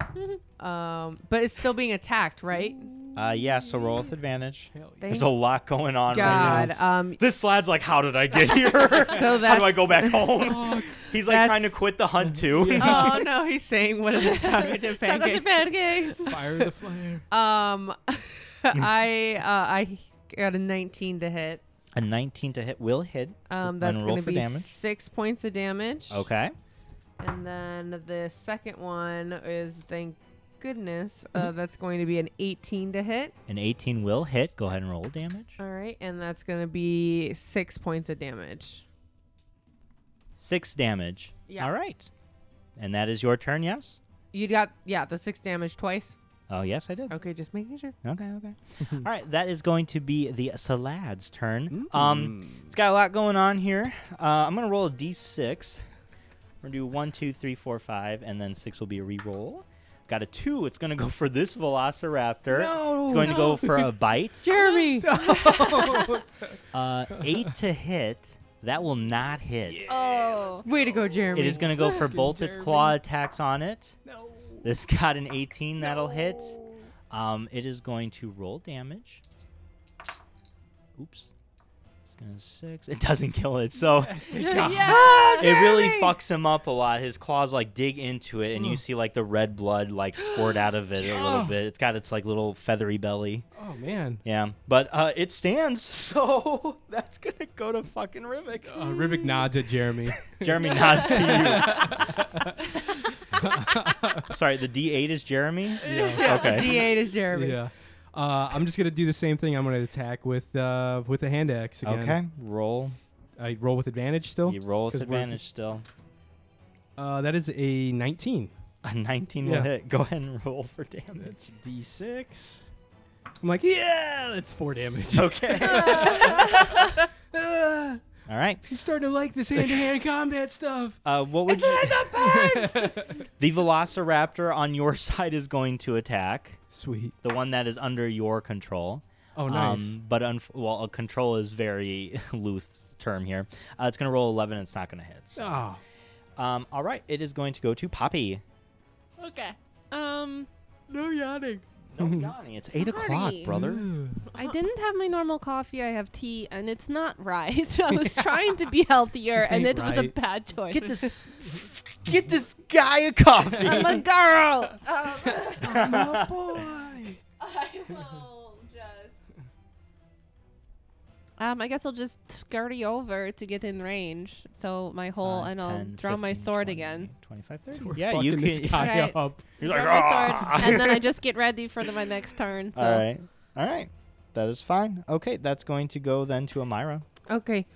<laughs> um, but it's still being attacked, right? Uh, yeah, so roll with advantage. Hell yeah. Thank There's a lot going on right God. now. Um, This slad's like, how did I get here? <laughs> how do I that's- go back home? He's like That's- trying to quit the hunt too. <laughs> oh no, he's saying what is it? Chocolate chip <laughs> Chocolate chip pancake. pancakes. Fire the flare. Um, <laughs> I uh, I got a 19 to hit. A 19 to hit will hit. Um, And that's roll going to for be damage. six points of damage. Okay. And then the second one is thank goodness uh, Mm-hmm. that's going to be an 18 to hit. An 18 will hit. Go ahead and roll damage. All right, and that's going to be six points of damage. Six damage. Yeah. All right. And that is your turn, yes? You got yeah the six damage twice. Oh, yes, I did. Okay, just making sure. Okay, <laughs> okay. All right, that is going to be the Salad's Mm. turn. Um, it's got a lot going on here. Uh, I'm going to roll a d6. We're going to do one, two, three, four, five, and then 6 will be a re-roll. Got a 2. It's going to go for this Velociraptor. No, it's going to go for a bite. Jeremy. Uh, 8 to hit. That will not hit. Oh, <laughs> Way to go, Jeremy. It is going to go for both its claw attacks on it. <laughs> No. This got an 18 that'll hit. Um, it is going to roll damage. Oops. It's gonna six. It doesn't kill it, so <laughs> yeah. it really fucks him up a lot. His claws like dig into it, and you see like the red blood like squirt out of it a little Ugh. bit. It's got its like little feathery belly. Oh man. Yeah, but uh, it stands, <laughs> so that's gonna go to fucking Rivik. Uh, Rivik nods at <laughs> Jeremy. Jeremy nods to <laughs> you. Sorry, the D8 is Jeremy. yeah. Yeah, Okay. <laughs> D8 is Jeremy. yeah. Uh, I'm just gonna do the same thing. I'm gonna attack with uh, with the hand axe again. Okay, roll. I roll with advantage still. You roll with 'Cause we're- advantage still. Uh, that is a 19. A 19 Yeah. will hit. Go ahead and roll for damage. That's d6. I'm like, yeah, that's four damage. Okay. <laughs> Ah, All right. I'm starting to like this hand-to-hand combat stuff. Uh, what would you? <laughs> the Velociraptor on your <laughs> side is going to attack Sweet. the one that is under your control. Um, Oh, nice. but unf- well, a control is very <laughs> loose term here. Uh, it's going to roll 11. and It's not going to hit. so. oh, Um, all right. It is going to go to Poppy. Okay. Um, no yawning. No, Mm-hmm. Yanni, it's eight o'clock, Sorry. brother. Mm. I didn't have my normal coffee. I have tea, and it's not <laughs> right. I was trying to be healthier, Just and it ain't was a right. bad choice. Get <laughs> this, get this guy a <laughs> coffee. I'm a <laughs> girl. Um, <laughs> oh boy. I will just. Um, I guess I'll just scurry over to get in range. So my whole, Five, and I'll 10, draw my 15, sword 20, again. 25, 30. We're yeah, fucking you <laughs> this can. guy Alright. up. You're like, Draw my sword, "Ah." and <laughs> then I just get ready for the, my next turn. So. All right. All right. That is fine. Okay, that's going to go then to Amira. Okay.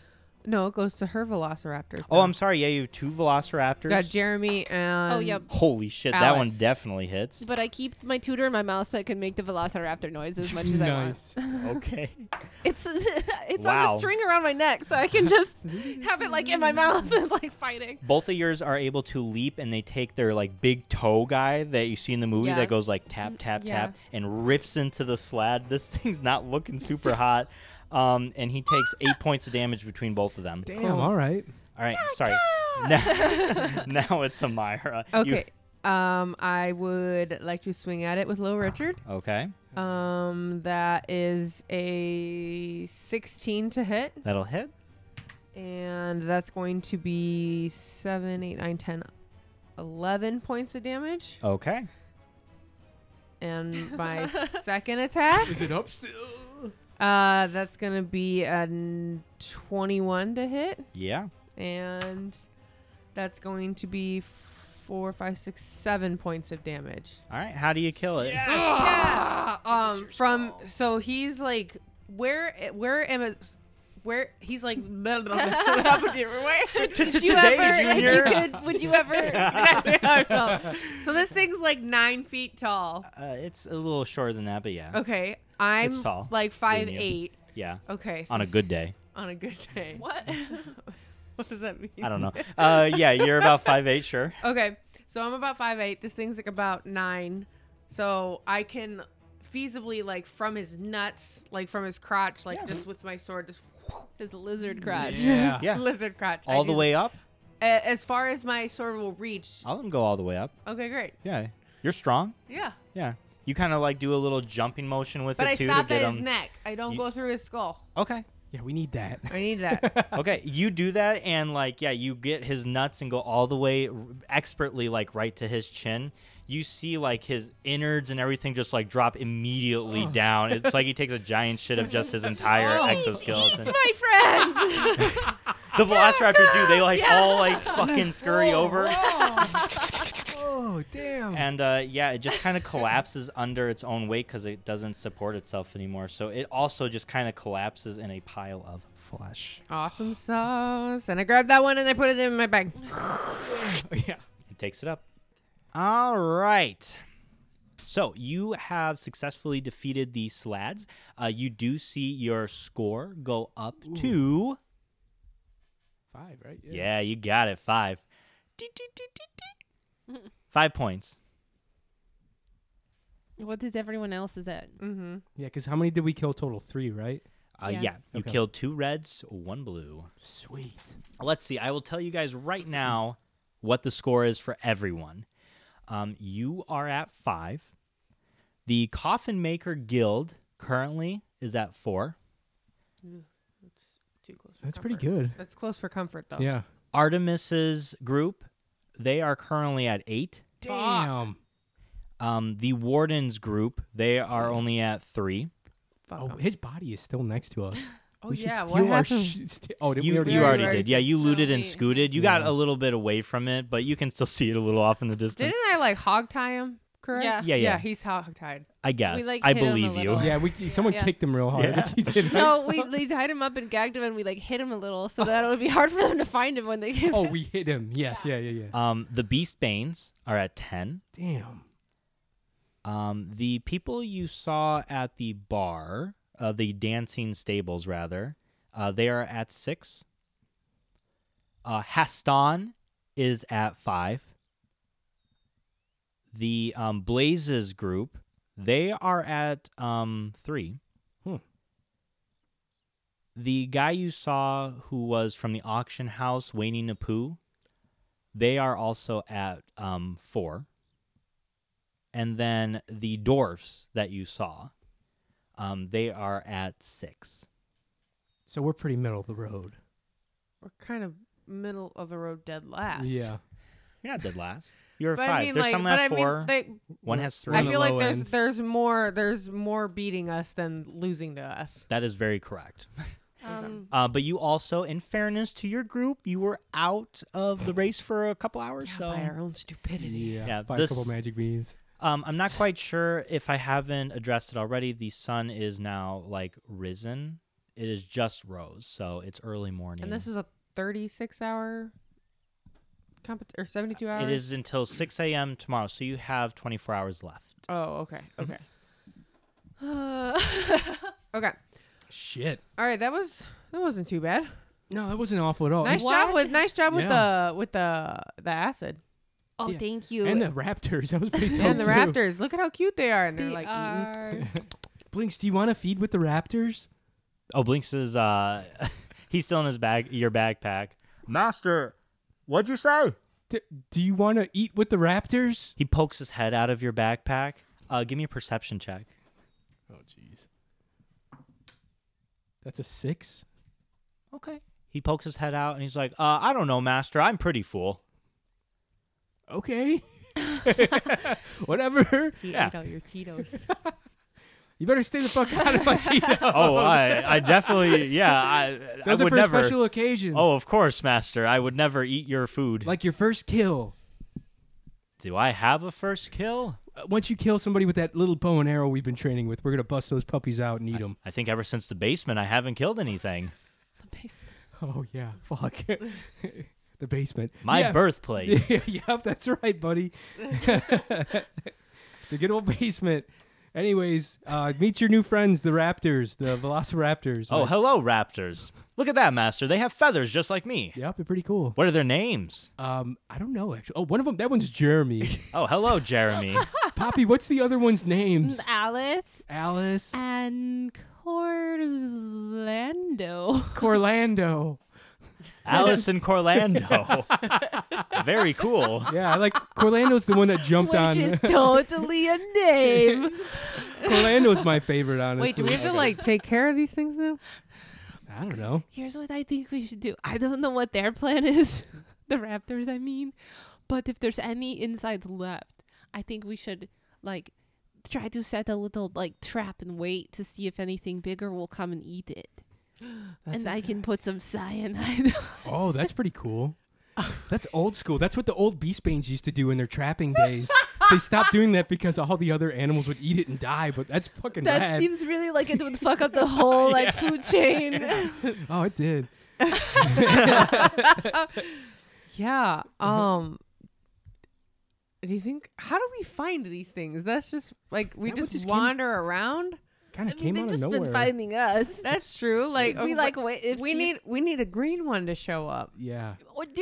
No, it goes to her velociraptors. Oh, now. I'm sorry. Yeah, you have two velociraptors. Got Jeremy and. Oh, yep. Holy shit, that one Alice. definitely <laughs> hits. But I keep my tutor in my mouth so I can make the velociraptor noise as much as I want. nice. <laughs> okay. It's <laughs> it's on Wow. the string around my neck, so I can just have it like in my mouth and like fighting. Both of yours are able to leap and they take their like big toe guy that you see in the movie Yeah. that goes like tap tap yeah. tap and rips into the sled. This <laughs> thing's not looking super hot. Um, and he takes eight points of damage between both of them. Damn. Cool. All right. All right, sorry. Now, <laughs> now it's Amira. You- Okay. Um, I would like to swing at it with Little Richard. okay, Um, that is a 16 to hit, that'll hit. and that's going to be 7, 8, 9, 10, 11 points of damage. Okay. And <laughs> my second attack, Is it up still? uh, that's going to be a 21 to hit, Yeah. and that's going to be four, five, six, seven points of damage. All right, how do you kill it? Yeah. Ah! Um. From so he's like where where am I? Where he's <laughs> like <laughs> blah, blah, blah, blah, blah, different way. <laughs> Did you ever, if you could, would you ever? I know. so this thing's like nine feet tall. Uh, it's a little shorter than that, but yeah. Okay, I'm It's tall. like Believe five me. eight. Yeah. Okay, so On a good day. on a good day. what? <laughs> <laughs> What does that mean? I don't know. Uh, yeah, you're about five eight, sure. Okay, so I'm about five eight. This thing's like about nine, so I can feasibly like from his nuts, like from his crotch, like just with my sword, just His lizard crotch. Yeah. Yeah. <laughs> lizard crotch I All the can- way up? a- as far as my sword will reach. I'll let him go all the way up. Okay, great. Yeah. You're strong. Yeah, Yeah. You kind of like do a little jumping motion with but it I too to stop get at his him. neck. I don't You- go through his skull. Okay. Yeah, we need that. I need <laughs> that. Okay. You do that and like yeah, you get his nuts and go all the way r- expertly like right to his chin. You see like his innards and everything just like drop immediately Oh. <laughs> down. It's like he takes a giant shit of just his entire exoskeleton. My friend. The Velociraptor do. They like all like fucking scurry over, oh, <laughs> damn. and uh, yeah, it just kind of collapses under its own weight because it doesn't support itself anymore. So it also just kind of collapses in a pile of flesh. awesome sauce. And I grabbed that one and I put it in my bag. yeah. It takes it up. All right. So you have successfully defeated the slads. Uh, you do see your score go up to. Five, right? Yeah, you got it. Five. Deet, deet, deet, deet, <laughs> deet. Five points. What is everyone else's at? Mm-hmm. Yeah, because how many did we kill total? Three, right? Uh, yeah. Yeah. you Okay. killed two reds, one blue. Sweet. Let's see. I will tell you guys right now what the score is for everyone. Um, you are at five. The Coffin Maker Guild currently is at four. Too close. For That's comfort. pretty good. That's close for comfort though. Yeah. Artemis's group, they are currently at eight. Damn. Um, the Warden's group, they are only at three. Fuck Oh, 'em. his body is still next to us. <laughs> Oh, we should yeah, what steal our happened? sh- sti- Oh, did we You, already? you Yeah, already we did. Yeah, you looted and Oh, we- scooted. You got a little bit away from it, <laughs> but you can still see it a little off in the distance. Didn't I like hog tie him? Correct. Yeah. Yeah, yeah. He's hog tied. I guess. like, I hit him a believe you. <laughs> little. Yeah, we someone Yeah. kicked him real hard. Yeah. <laughs> He did. No, we we tied him up and gagged him, and we like hit him a little, so that it would be hard for them to find him when they came. Oh, back. we hit him. Yes, yeah, yeah, yeah. Um, the Beast Banes are at 10. Damn. Um, the people you saw at the bar, uh, the dancing stables, rather, uh, they are at 6. Uh, Haston is at 5. The um, Blazes group, they are at um, 3. Hmm. The guy you saw who was from the auction house, Wayne Napoo, they are also at um, four. And then the dwarfs that you saw, um, they are at six. So we're pretty middle of the road. We're kind of middle of the road, dead last. Yeah. You're not dead last. You're But five. I mean, There's like, some but at I four. mean, they, one has three. I on the feel like low there's end. there's more there's more beating us than losing to us. that is very <laughs> correct. Um, Uh, but you also, in fairness to your group, you were out of the race for a couple hours. so by our own stupidity. Yeah. Yeah, By this- a couple magic beans. Um, I'm not quite sure if I haven't addressed it already. The sun is now like risen. It is just rose, so it's early morning. And this is a 36 hour compet- or 72 hours. it is until 6 a.m. tomorrow, so you have 24 hours left. Oh, okay. Okay. okay. Shit. All right, that was that wasn't too bad. No, that wasn't awful at all. Nice job What? with nice job with Oh, Yeah. the with the the acid <laughs> oh, Yeah. thank you. And, and the Raptors. That was pretty tough. and the too. raptors. Look at how cute they are, and they're They like eating. are- Blinks, do you want to feed with the Raptors? Oh, Blinks is uh, <laughs> he's still in his bag, your backpack. Master, what'd you say? D- do you want to eat with the Raptors? He pokes his head out of your backpack. Uh, give me a perception check. Oh, jeez. That's a six. Okay. He pokes his head out and he's like, uh, "I don't know, Master. I'm pretty <laughs> full." Okay. <laughs> Whatever. You Yeah. ate all your Cheetos. <laughs> You better stay the fuck out of my Cheetos. Oh, I, I definitely, yeah, I, Those I are would for never. special occasion. Oh, of course, Master. I would never eat your food. Like your first kill. Do I have a first kill? Uh, Once you kill somebody with that little bow and arrow we've been training with, we're going to bust those puppies out and eat them. I think ever since the basement, I haven't killed anything. the basement. Oh, yeah. Fuck. <laughs> the basement. My yeah. <laughs> birthplace. yep, that's right, buddy. <laughs> the good old basement. Anyways, uh, meet your new friends, the Raptors, the Velociraptors. oh, Like, hello, Raptors. Look at that, Master. They have feathers just like me. Yep, they're pretty cool. What are their names? Um, I don't know actually. Oh, one of them. That one's Jeremy. Oh, hello, <laughs> Jeremy. Poppy, what's the other one's Mm, names? uh, Alice Alice, uh, and Corlando. <laughs> Corlando. Alice in Corlando. <laughs> Very cool. Yeah, I like Corlando's the one that jumped Which on. <laughs> is totally a name. Corlando's my favorite, honestly. Wait, do we have to like take care of these things now? I don't know. Here's what I think we should do. I don't know what their plan is, <laughs> the Raptors, I mean, but if there's any inside left, I think we should like try to set a little like trap and wait to see if anything bigger will come and eat <gasps> it. and I <laughs> can put some cyanide. <laughs> Oh, that's pretty cool. That's old school. That's what the old beast banes used to do in their trapping days. they stopped doing that because all the other animals would eat it and die. But that's fucking that rad. seems really like it would fuck <laughs> up the whole like food chain. <laughs> oh, it did. Yeah. Um. Do you think? How do we find these things? That's just like we That would just, just came- wander around. Kind I of mean, came they've out of just been nowhere. finding us. That's true. Like Oh, we uh, like but wait. If we see- need we need a green one to show up. <laughs> yeah. or do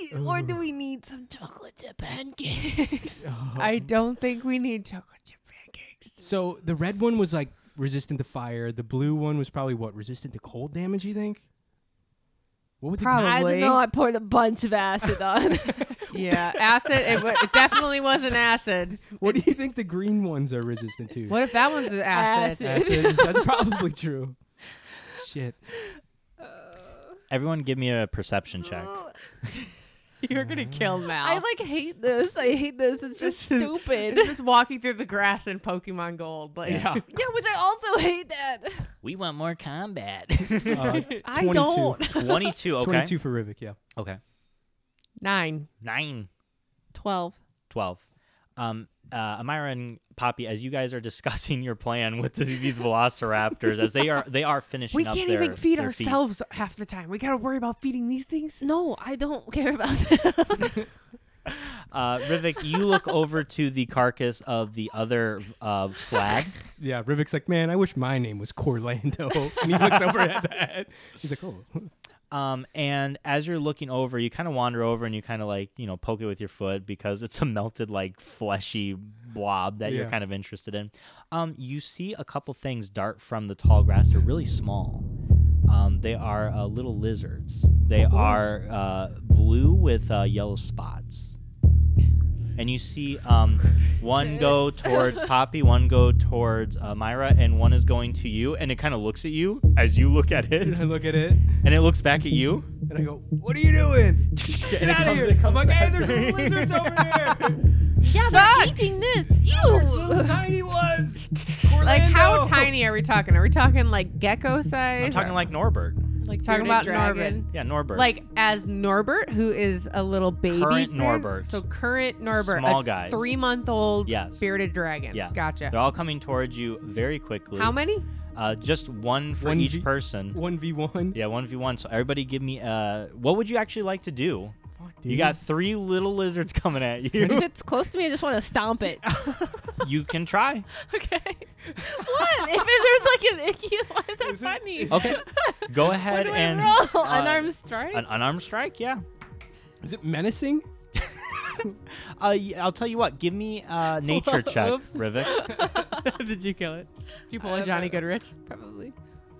we? Or do we need some chocolate chip pancakes? Oh. I don't think we need chocolate chip pancakes. <laughs> So the red one was like resistant to fire. The blue one was probably what resistant to cold damage. You think? What would the Probably. I don't know. Oh, I poured a bunch of acid <laughs> on. Yeah, acid. It, wa- it definitely wasn't acid. What do you think the green ones are resistant to? What if that one's acid? Acid. That's <laughs> probably true. Shit. Everyone, give me a perception check. You're gonna kill Mal. I like hate this. I hate this. It's <laughs> just This is- stupid. It's just walking through the grass in Pokemon Gold. Like, Yeah. yeah, which I also hate that. We want more <laughs> combat. Uh, I 22. don't. 22, okay. Twenty-two for Rivik. Yeah. Okay. nine. 9, Twelve. 12. um, uh, Amira and Poppy, as you guys are discussing your plan with this, these velociraptors, as they are they are finishing We up can't their- even feed their feet. ourselves half the time. We gotta worry about feeding these things. <laughs> No, I don't care about <laughs> that. Uh, Rivik, you look over to the carcass of the other uh, slab. Yeah, Rivik's like, man, I wish my name was Corlando. <laughs> And he looks over at that. He's like, oh, Um, and as you're looking over, you kind of wander over and you kind of like, you know, poke it with your foot because it's a melted, like, fleshy blob that you're Yeah. kind of interested in. Um, you see a couple things dart from the tall grass. They're really small. Um, they are uh, little lizards. They are uh, blue with uh, yellow spots. And you see um, one go towards Poppy, one go towards uh, Myra, and one is going to you. And it kind of looks at you as you look at it, <laughs> And I look at it and it looks back at you. and I go, what are <laughs> you doing? Get out of comes- here. it comes I'm like, hey, back. <laughs> there's little lizards over here. yeah, they're eating this. There's little Ew. tiny ones. Like how Corlando. tiny are we talking? Are we talking like gecko size? I'm talking like Norbert. Like Talking <laughs> bearded about dragon. Yeah, Norbert. Like as Norbert, who is a little baby. Current beard- Norbert. So current Norbert, Small a guys. three-month-old Yes. bearded dragon. Yeah. They're Gotcha. all coming towards you very quickly. How many? Uh, just one for One each v- person. 1v1. Yeah, one v one. So everybody, give me. Uh, what would you actually like to do? Fuck, You dude. got three little lizards <laughs> coming at you. If it's close to me, I just want to stomp it. you can try. okay. <laughs> What? If there's like an icky, <laughs> why is that funny? Okay. Go ahead Do I and <laughs> roll uh, unarmed strike? An unarmed strike. Yeah. Is it menacing? Uh, y- I'll tell you what. Give me uh, <laughs> nature check, Oops. Rivik. Did you kill it? Did you pull I a don't Johnny know. Goodrich? Probably.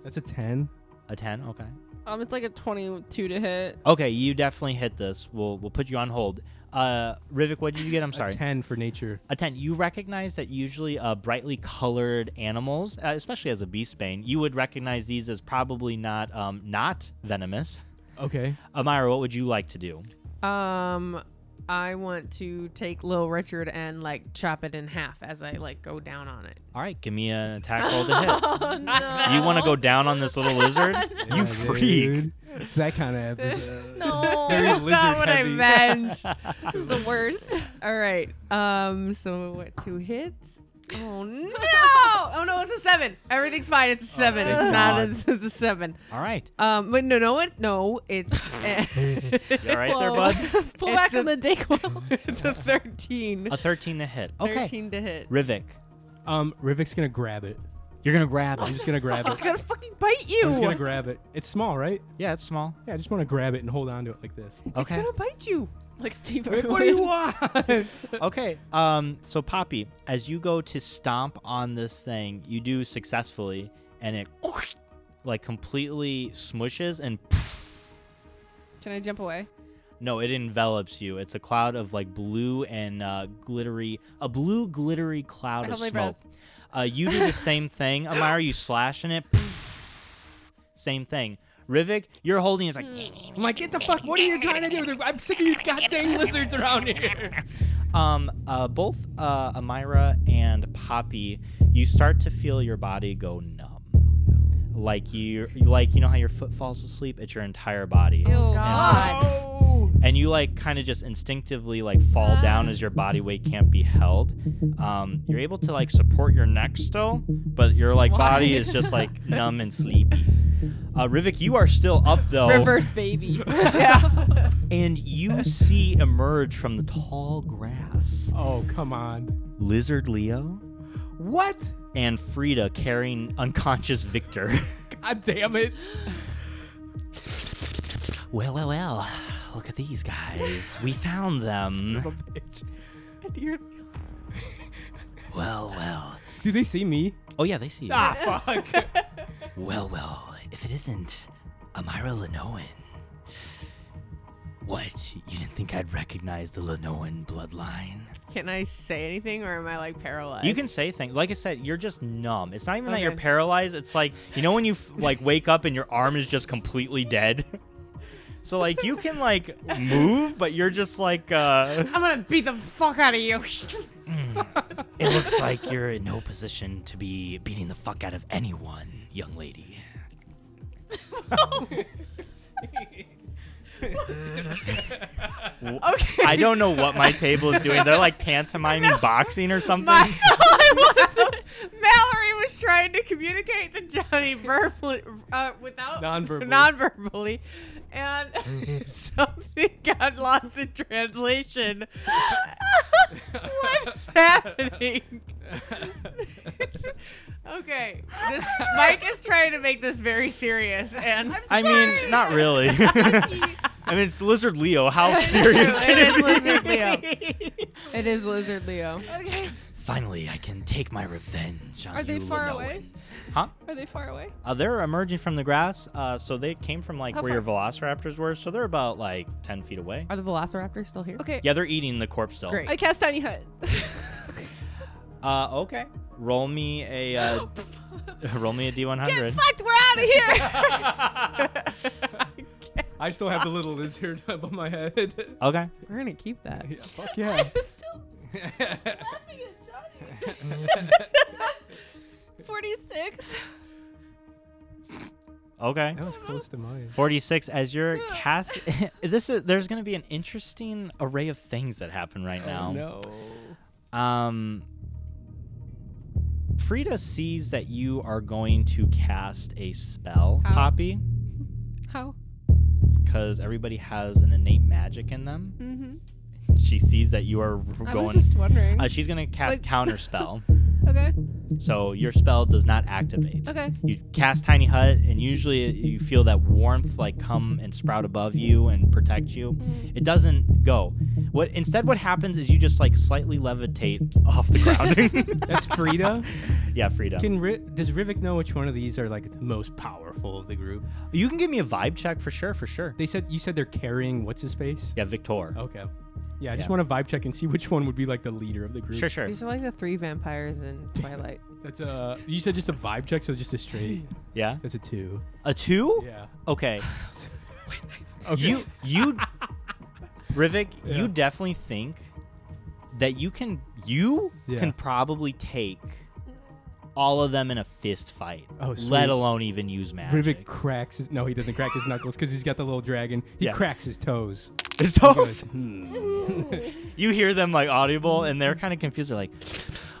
That's a 10. A ten. Okay. Um, it's like a twenty-two to hit. Okay. You definitely hit this. We'll we'll put you on hold. Uh, Rivik, what did you get? I'm sorry. A 10 for nature. a 10 you recognize that usually uh, brightly colored animals uh, especially as a beast bane you would recognize these as probably not um, not venomous Okay. amira what would you like to do Um, I want to take Little Richard and like chop it in half as I like go down on it. all right give me an attack roll to hit Oh no! you want to go down on this little lizard you Yeah, freak dude. It's that kind of <laughs> episode. No, Very this That's not lizard what heavy. I meant. is the worst. All right. Um. So what? Two hits. Oh no! <laughs> Oh no! It's a seven. Everything's fine. It's a seven. thank it's God. not. A, <laughs> it's a seven. all right Um. But no, no, what? No, it's <laughs> you all right there bud Pull It's back a- on the dick wheel. <laughs> <laughs> it's a thirteen. a 13 to hit okay Thirteen to hit. rivik Um, Rivik's going to grab it. you're gonna grab I'm it just going to grab It's it. gonna fucking bite I'm you. <laughs> just going to grab it. It's small, right? yeah it's small Yeah, I just want to grab it and hold on to it like this. It's okay gonna bite you. like Steve Like, <laughs> Irwin. what do <laughs> you want? okay. Um, so Poppy, as you go to stomp on this thing, you do successfully, and it <laughs> like completely smushes and <laughs> Can I jump away? no, it envelops you. It's a cloud of like blue and uh, glittery, a blue glittery cloud of I hold my smoke. breath. Uh, you do the same thing, <laughs> Amara. You slash in it, same thing. Rivik, you're holding. It's like. I'm like, get the fuck. What are you trying to do? I'm sick of you goddamn lizards around here. Um, uh, both uh, Amira and Poppy, you start to feel your body go numb, like you, like you know how your foot falls asleep. It's your entire body, uh, Oh God. Oh. and you like kind of just instinctively like fall down as your body weight can't be held. Um, you're able to like support your neck still, but your like body is just like numb and sleepy. Uh, Rivik, you are still up though. Reverse baby. <laughs> And you see emerge from the tall grass Oh, come on. Lizard Leo What? and Frida carrying unconscious Victor. <laughs> God damn it. <laughs> well, well, well. Look at these guys. We found them. Bitch. Well, well. Do they see me? Oh, yeah, they see you. Ah, fuck. <laughs> Well, well. If it isn't Amira Lenoan. What? You didn't think I'd recognize the Lenoan bloodline? Can I say anything, or am I like paralyzed? Oh. You can say things. Like I said, you're just numb. It's not even that you're Okay. paralyzed. It's like, you know when you f- like wake up and your arm is just completely dead? <laughs> So like you can like move, but you're just like uh <laughs> I'm gonna beat the fuck out of you. <laughs> It looks like you're in no position to be beating the fuck out of anyone, young lady. w- Okay. I don't know what my table is doing. They're like <laughs> pantomiming boxing or something. My, I was, Mallory was trying to communicate to Johnny verbally, uh, without Non-verbally. non-verbally, and <laughs> something got lost in translation. What's happening? <laughs> okay, this Mike is trying to make this very serious, and <laughs> I mean, not <laughs> really. I mean, it's Lizard Leo. How serious can it be? It is Lizard Leo. Okay. Finally, I can take my revenge on Are they you far away? Lenoans. Huh? Are they far away? Uh, they're emerging from the grass. Uh, so they came from like How where your velociraptors were. So they're about like 10 feet away. Are the Velociraptors still here? Okay. Yeah, they're eating the corpse still. Great. I cast Tiny Hut. <laughs> Uh, okay. Roll me a uh, <laughs> roll me a Get d100. fucked. We're out of <laughs> here. <laughs> I still have the little lizard <laughs> above my head. <laughs> Okay. We're gonna keep that. yeah, fuck <laughs> yeah. <laughs> I'm still laughing at Johnny. Forty-six. Okay. that was close to mine. 46 as you're cast <laughs> this is there's going to be an interesting array of things that happen right now. No. Um, Frida sees that you are going to cast a spell, How? Poppy, <laughs> How? because everybody has an innate magic in them. Mm-hmm. She sees that you are r- I going. was just wondering. uh, she's going to cast Like- <laughs> counter spell, okay. so your spell does not activate. Okay. You cast Tiny Hut, and usually you feel that warmth like come and sprout above you and protect you. Mm. It doesn't go. What instead what happens is you just like slightly levitate off the <laughs> ground. <laughs> That's Frida. yeah, Frida. Can Ri- does Rivik know which one of these are like the most powerful of the group? You can give me a vibe check for sure, for sure. They said you said they're carrying what's his face. Yeah, Victor. Okay. Yeah, I just Yeah. want to vibe check and see which one would be like the leader of the group. Sure, sure. These are like the three vampires in Twilight. That's a. You said just a vibe check, so just <laughs> a straight. Yeah. That's a two. A two? Yeah. Okay. <laughs> Okay. You you <laughs> Rivik, Yeah. you definitely think that you can you Yeah. can probably take all of them in a fist fight. Oh, sweet. let alone even use magic. <laughs> Rivik cracks his. No, he doesn't crack his knuckles because he's got the little dragon. He Yeah. cracks his toes. His toes. you hear them like audible and they're kind of confused. They're like,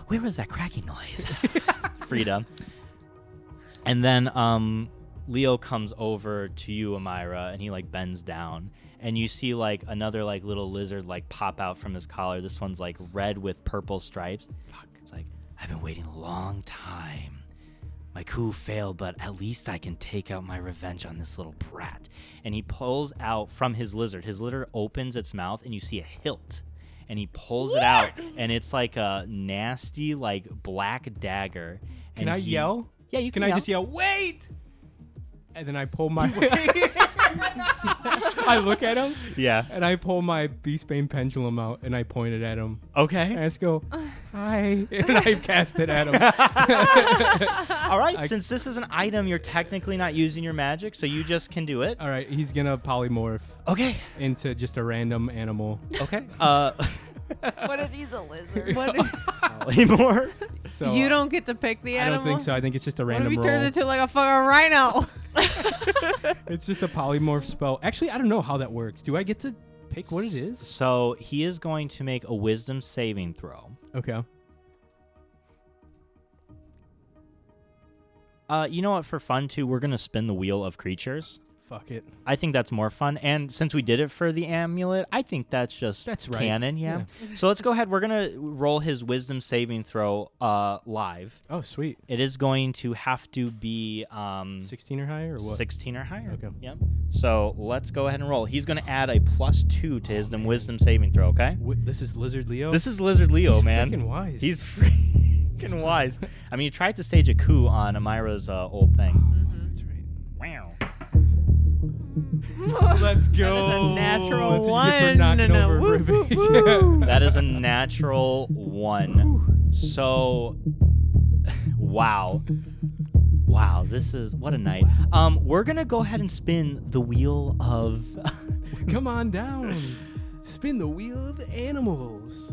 where was that cracking <laughs> noise? Frida. And then um, Leo comes over to you, Amira, and he like bends down. And you see like another like little lizard like pop out from his collar. This one's like red with purple stripes. Fuck. It's like, I've been waiting a long time. My coup failed, but at least I can take out my revenge on this little brat. And he pulls out from his lizard. His lizard opens its mouth, and you see a hilt. And he pulls it out, and it's like a nasty, like black dagger. Can and I he- yell? Yeah, you Can can. I just yell? Wait! And then I pull my. <laughs> I look at him Yeah. and I pull my Beastbane pendulum out and I point it at him. And I Okay. <sighs> just go, hi. <laughs> And I cast it at him. <laughs> All right. Since this is an item, you're technically not using your magic, so you just can do it. All right, he's gonna polymorph Okay. into just a random <laughs> animal. Okay. <laughs> Uh, What if he's a lizard? What anymore? So you don't get to pick the I animal. don't think so. I think it's just a What if random he roll. turns into like a fucking rhino? <laughs> it's just a polymorph spell. Actually, I don't know how that works. Do I get to pick what it is? So he is going to make a wisdom saving throw. Okay. Uh, you know what? For fun too, we're gonna spin the wheel of creatures. Fuck it. I think that's more fun. And since we did it for the amulet, I think that's just That's right. canon. Yeah. so let's go ahead. We're gonna roll his wisdom saving throw uh, live. Oh, sweet. It is going to have to be um, 16 or higher or what? 16 or higher. Okay. Yep. So let's go ahead and roll. He's going to add a plus two to Oh, his wisdom saving throw, okay? Wh- this is Lizard Leo. This is Lizard Leo, He's man. freaking wise. He's <laughs> freaking wise. I mean, he tried to stage a coup on Amira's uh, old <laughs> thing. Mm-hmm. That's right. Wow. Let's go. Oh, That's a natural gift for one knocking and a over woo, woo, Rubik. <laughs> woo. That is a natural one. So, <laughs> wow. Wow, this is what a night. Um, we're gonna go ahead and spin the wheel of. <laughs> Come on down. Spin the wheel of animals.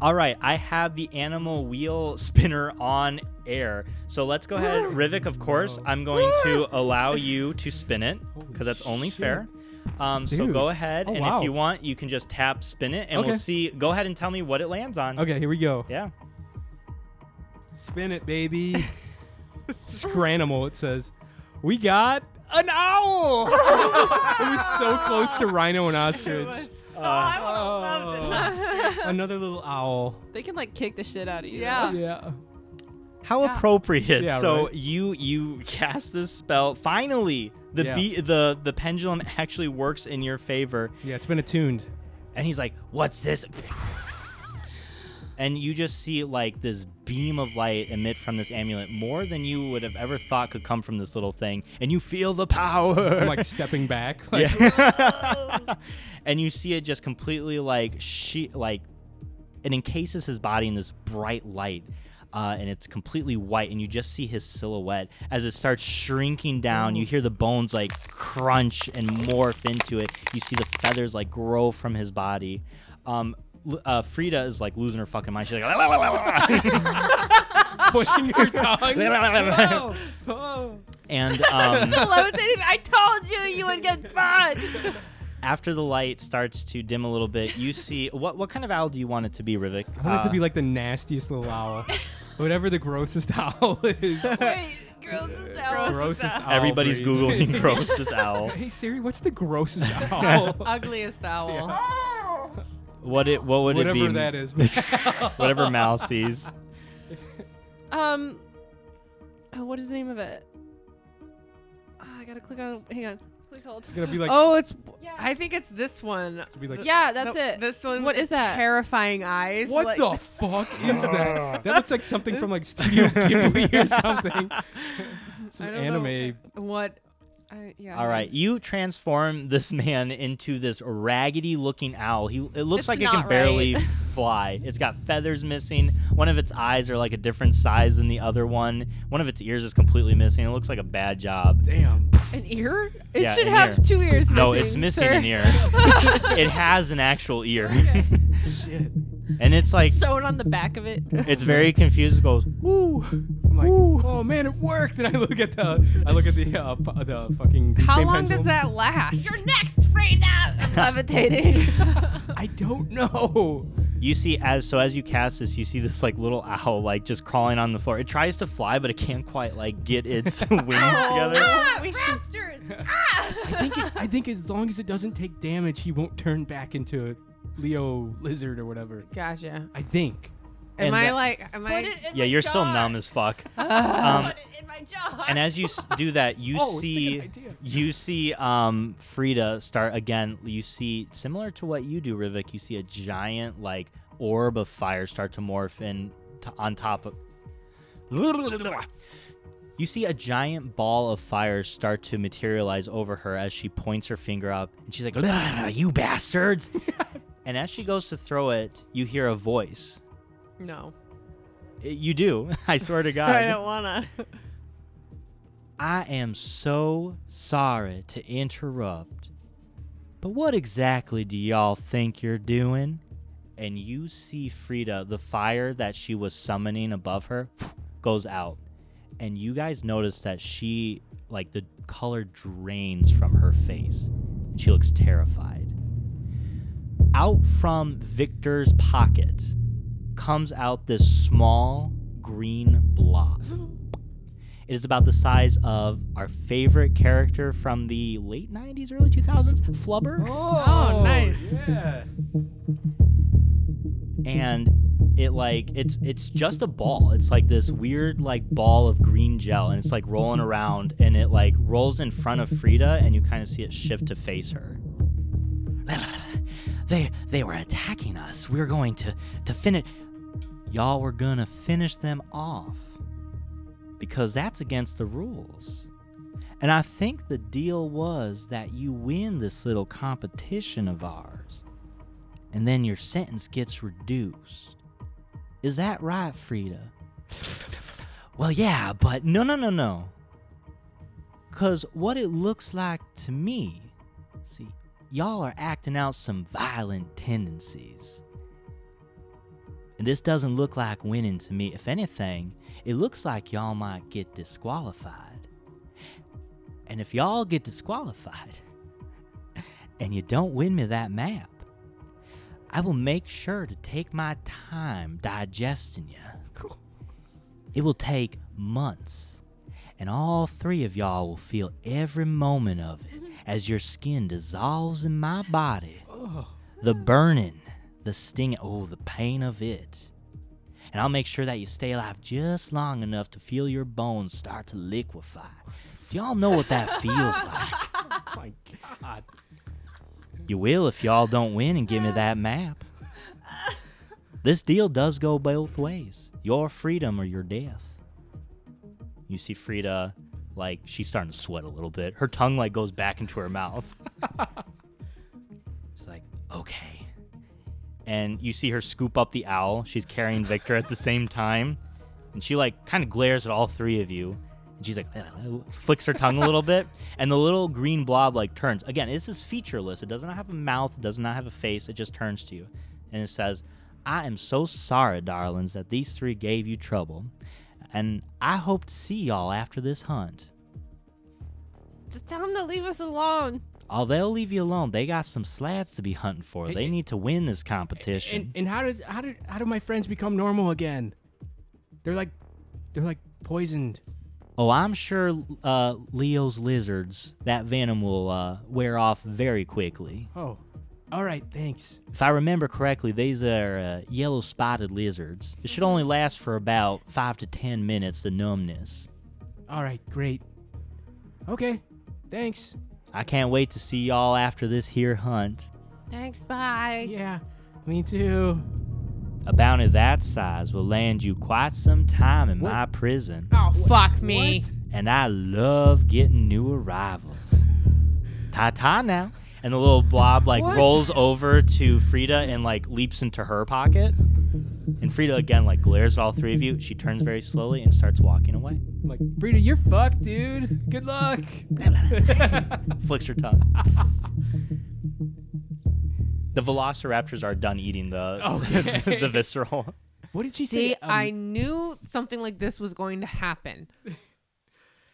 All right, I have the animal wheel <laughs> spinner on air. So let's go <laughs> ahead. Rivik, of course, I'm going to allow you to spin it because that's only fair. Um, so Dude. go ahead, Oh, and wow. if you want, you can just tap spin it, and Okay. we'll see. Go ahead and tell me what it lands on. Okay, here we go. Yeah. Spin it, <laughs> baby. Scranimal, it says. We got an owl. <laughs> it was so close to rhino and ostrich. oh, I would have Oh. loved <laughs> it. Another little owl. they can like kick the shit out of you. Yeah. Yeah. How appropriate. Yeah, so right. you you cast this spell. Finally, the Yeah. be- the the pendulum <laughs> actually works in your favor. Yeah, it's been attuned. And he's like, "What's this?" and you just see like this beam of light emit from this amulet more than you would have ever thought could come from this little thing, and you feel the power. I'm like <laughs> stepping <laughs> back. Like, Yeah. <laughs> and you see it just completely like she like it encases his body in this bright light. Uh, and it's completely white, and you just see his silhouette as it starts shrinking down. You hear the bones like crunch and morph into it. You see the feathers like grow from his body. Um, L- uh, Frida is like losing her fucking mind. She's like, <laughs> pushing your tongue. and um, Levitating. I told you you would <laughs> get burned. after the light starts to dim a little bit, you see what what kind of owl do you want it to be, Rivik? I want it to Uh, be like the nastiest <laughs> little owl. Whatever the grossest <laughs> owl is. <laughs> Wait, girls <laughs> is out. grossest owl. Everybody's breed. <laughs> googling grossest owl. Hey Siri, what's <laughs> the grossest owl? Ugliest owl. What it? What would it Whatever be? that is. <laughs> Whatever Mal sees. Um, oh, what is the name of it? Ah, I gotta click on. Hang on. Please hold. It's gonna be like oh, it's. Yeah. I think it's this one. it's gonna be like yeah, that's The- it. This one. What with is the that? Terrifying eyes. What like- <laughs> the fuck is that? That looks like something from like Studio <laughs> Ghibli or something. Some I don't know anime. What? I, yeah. All right, you transform this man into this raggedy-looking owl. He it looks It's like it not can barely right. <laughs> fly. It's got feathers missing. One of its eyes are like a different size than the other one. One of its ears is completely missing. It looks like a bad job. Damn. An ear? It Yeah, should an have ear. two ears missing. No, it's missing sir. an ear. it has an actual ear, Okay. Shit. <laughs> and it's like <laughs> Sewn on the back of it. <laughs> it's very confused. It goes Woo. I'm like, oh man, it worked. And I look at the, I look at the, uh, p- the fucking. grease How paint long does pendulum. that last? You're next, Frida. <laughs> I'm levitating. <laughs> I don't know. You see, as so as you cast this, you see this like little owl like just crawling on the floor. It tries to fly, but it can't quite like get its <laughs> wings together. Oh, ah, raptors. I ah. think, it, I think as long as it doesn't take damage, he won't turn back into a Leo lizard or whatever. Gotcha. I think. Am And I that- like? Am I? Put it in Yeah, my you're still jar. numb as <laughs> fuck. Um, Put it in my jar. and as you s- do that, you <laughs> Oh, it's a good see idea. you see um, Frida start again. You see similar to what you do, Rivik. You see a giant like orb of fire start to morph in t- on top of. You see a giant ball of fire start to materialize over her as she points her finger up, and she's like, "Ugh, "You <laughs> bastards!" and as she goes to throw it, you hear a voice. <laughs> no. It- you do. <laughs> I swear to God. I don't wanna. I am so sorry to interrupt, but what exactly do y'all think you're doing? And you see Frida, the fire that she was summoning above her, <sniffs> goes out. And you guys notice that she, like, the color drains from her face. And she looks terrified. Out from Victor's pocket comes out this small green blob. It is about the size of our favorite character from the late 90s, early 2000s, Flubber. Oh, nice. Yeah. And it like it's it's just a ball. It's like this weird like ball of green gel and it's like rolling around and it like rolls in front of Frida and you kind of see it shift to face her. <sighs> They they were attacking us. We are going to to finish y'all were going to finish them off because that's against the rules. And I think the deal was that you win this little competition of ours, and then your sentence gets reduced. Is that right, Frida? <laughs> well, yeah, but no, no, no, no. Because what it looks like to me, see, y'all are acting out some violent tendencies. And this doesn't look like winning to me. If anything, it looks like y'all might get disqualified. And if y'all get disqualified, <laughs> and you don't win me that map, I will make sure to take my time digesting you. It will take months, and all three of y'all will feel every moment of it as your skin dissolves in my body. The burning, the sting, oh, the pain of it. And I'll make sure that you stay alive just long enough to feel your bones start to liquefy. Do y'all know what that feels like? My God. You will if y'all don't win and give me that map. This deal does go both ways your freedom or your death. You see Frida, like, she's starting to sweat a little bit. Her tongue, like, goes back into her mouth. she's like, okay. And you see her scoop up the owl. She's carrying Victor at the same time. And she, like, kind of glares at all three of you. And she's like, flicks her tongue a little <laughs> bit. And the little green blob, like, turns. Again, this is featureless. It does not have a mouth, it does not have a face. It just turns to you. And it says, I am so sorry, darlings, that these three gave you trouble. And I hope to see y'all after this hunt. Just tell him to leave us alone. Oh, they'll leave you alone. They got some slats to be hunting for. They need to win this competition. And, and how did how did how do my friends become normal again? They're like they're like poisoned. oh, I'm sure uh, Leo's lizards, that venom will uh, wear off very quickly. Oh. All right, thanks. If I remember correctly, these are uh, yellow spotted lizards. It should only last for about five to ten minutes, the numbness. All right, great. Okay. Thanks. I can't wait to see y'all after this here hunt. Thanks, bye. Yeah. Me too. A bounty that size will land you quite some time in What? my prison. Oh, fuck me. and I love getting new <laughs> arrivals. Ta ta now. And the little blob like What? rolls over to Frida and like leaps into her pocket. And Frida again like glares at all three of you. She turns very slowly and starts walking away. I'm like, Brita, you're fucked, dude. Good <laughs> luck. Flicks her tongue. <laughs> the velociraptors are done eating the Oh, <laughs> Okay. <laughs> the visceral. what did she See, say? Um, I knew something like this was going to happen.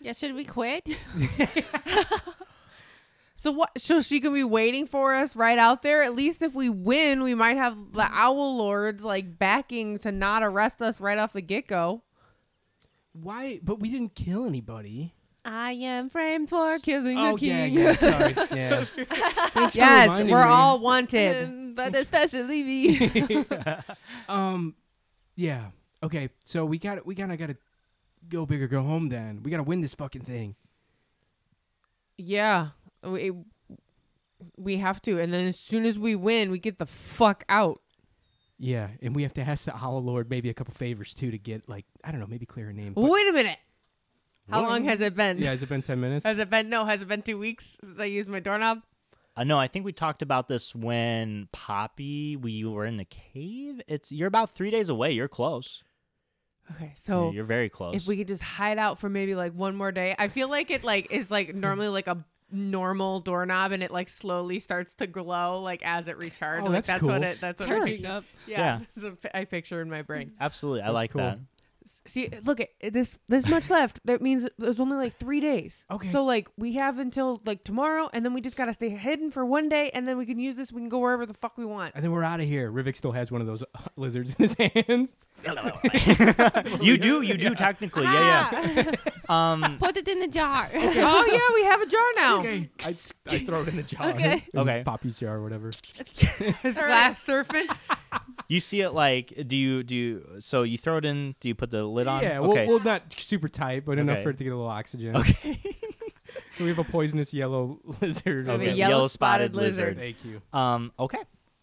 Yeah, should we quit? So what? So she can be waiting for us right out there. At least if we win, we might have the owl lords like backing to not arrest us right off the get go. why? But we didn't kill anybody. I am framed for killing Oh the king. yeah, yeah. <laughs> Sorry. Yeah. Thanks for Yes, reminding we're me. all <laughs> wanted. And- Um, but especially me. Um, yeah. Okay. So we got. We gotta. Gotta go big or go home. Then we gotta win this fucking thing. Yeah, we, we have to. And then as soon as we win, we get the fuck out. Yeah, and we have to ask the Hollow Lord maybe a couple favors too to get like I don't know maybe clear a name. but- Wait a minute. How What? long has it been? Yeah, has it been ten minutes? Has it been no? Has it been two weeks since I used my doorknob? Uh, no, I think we talked about this when Poppy we were in the cave. It's you're about three days away. You're close. Okay, Oh, so you're very close. if we could just hide out for maybe like one more day i feel like it like is like normally like a normal doorknob and it like slowly starts to glow like as it recharges Oh, like that's that's what cool. it that's what I <laughs> Charging picture. up. yeah, <laughs> Yeah. that's what I picture in my brain Absolutely, I That's like cool. that. see look at this there's much left that means there's only like three days Okay. so like we have until like tomorrow and then we just gotta stay hidden for one day and then we can use this we can go wherever the fuck <laughs> we want and then we're out of here. Rivik still has one of those <laughs> lizards in his hands. <laughs> <laughs> you do, you do technically, yeah, yeah. Um, Ah, Put it in the <laughs> jar. oh yeah we have a jar now Okay, I, I throw it in the jar. Okay. <laughs> In Okay. Poppy's jar or whatever. his <laughs> glass serpent you see it like, do you do? You, so you throw it in? Do you put the lid on? Yeah, okay. well, well, not super tight, but enough Okay. for it to get a little oxygen. Okay. <laughs> <laughs> so we have a poisonous yellow <laughs> lizard. Of a Okay, yellow, yellow spotted, spotted lizard, Thank you. um, okay.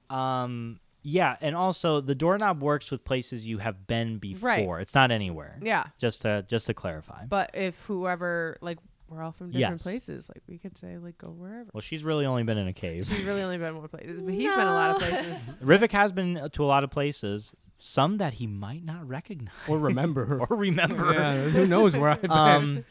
Um, yeah, and also the doorknob works with places you have been before. Right. It's not anywhere. yeah Just to just to clarify. But if whoever like we're all from different Yes. places, like we could say like go wherever. well, she's really only been in a cave. She's really only been one place, but he's been a lot of places. <laughs> Rivik has been to a lot of places, some that he might not recognize Or remember. <laughs> or remember. yeah, who knows <laughs> where I've been. um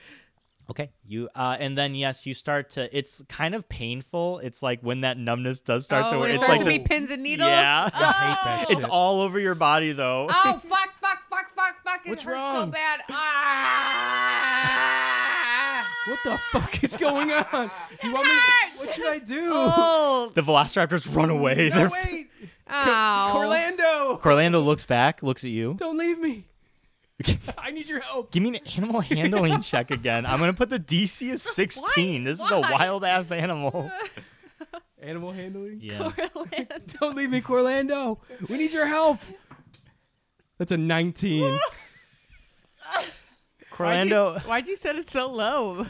okay you uh and then yes you start to it's kind of painful it's like when that numbness does start oh, to when it it's starts like to the- be pins and needles. yeah I hate that <laughs> it's shit. all over your body though <laughs> Oh fuck! Fuck! Fuck! Fuck! Fuck! It What's hurts so wrong? <laughs> bad. Ah! What the fuck is <laughs> going on? You want me? What should I do? Oh, The velociraptors run away. no, They're- <laughs> Oh. wait, ow. Orlando, Corlando looks back, looks at you. don't leave me. <laughs> I need your help. Give me an animal handling check again. I'm gonna put the DC is 16. This is a Why? wild ass animal. Animal handling. Yeah. <laughs> Orlando. Don't leave me, Corlando. We need your help. That's a 19. Corlando, Why'd you set it so low?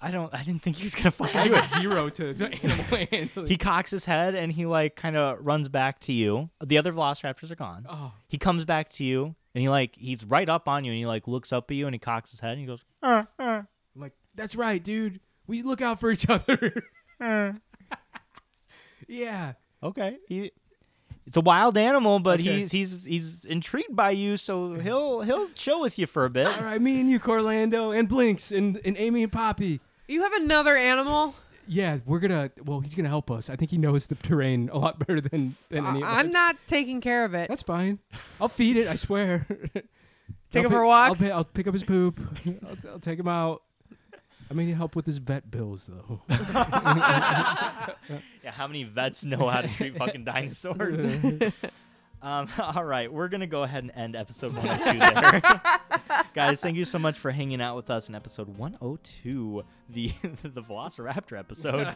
I don't. I didn't think he was gonna I find you. have zero to animal <laughs> handling. He cocks his head and he like kind of runs back to you. The other velociraptors are gone. oh, He comes back to you and he like he's right up on you and he like looks up at you and he cocks his head and he goes, "Uh, uh, I'm like, that's right, dude. We look out for each other. <laughs> uh." yeah. okay. He, it's a wild animal, but Okay. he's he's he's intrigued by you, so he'll he'll chill with you for a bit. All right, me and you, Corlando, and Blinks, and, and Amy and Poppy. <laughs> You have another animal? Yeah, we're gonna. Well, he's gonna help us. I think he knows the terrain a lot better than than I- any of I'm us. not taking care of it. That's fine. I'll feed it. I <laughs> swear. take Take him for walks? I'll, pick up his poop. I'll, I'll take him out. I may need help with his vet bills though. Yeah, how many vets know how to treat fucking dinosaurs? um, <laughs> all right, we're gonna go ahead and end episode 102 there, guys. Thank you so much for hanging out with us in episode 102, the <laughs> the Velociraptor episode.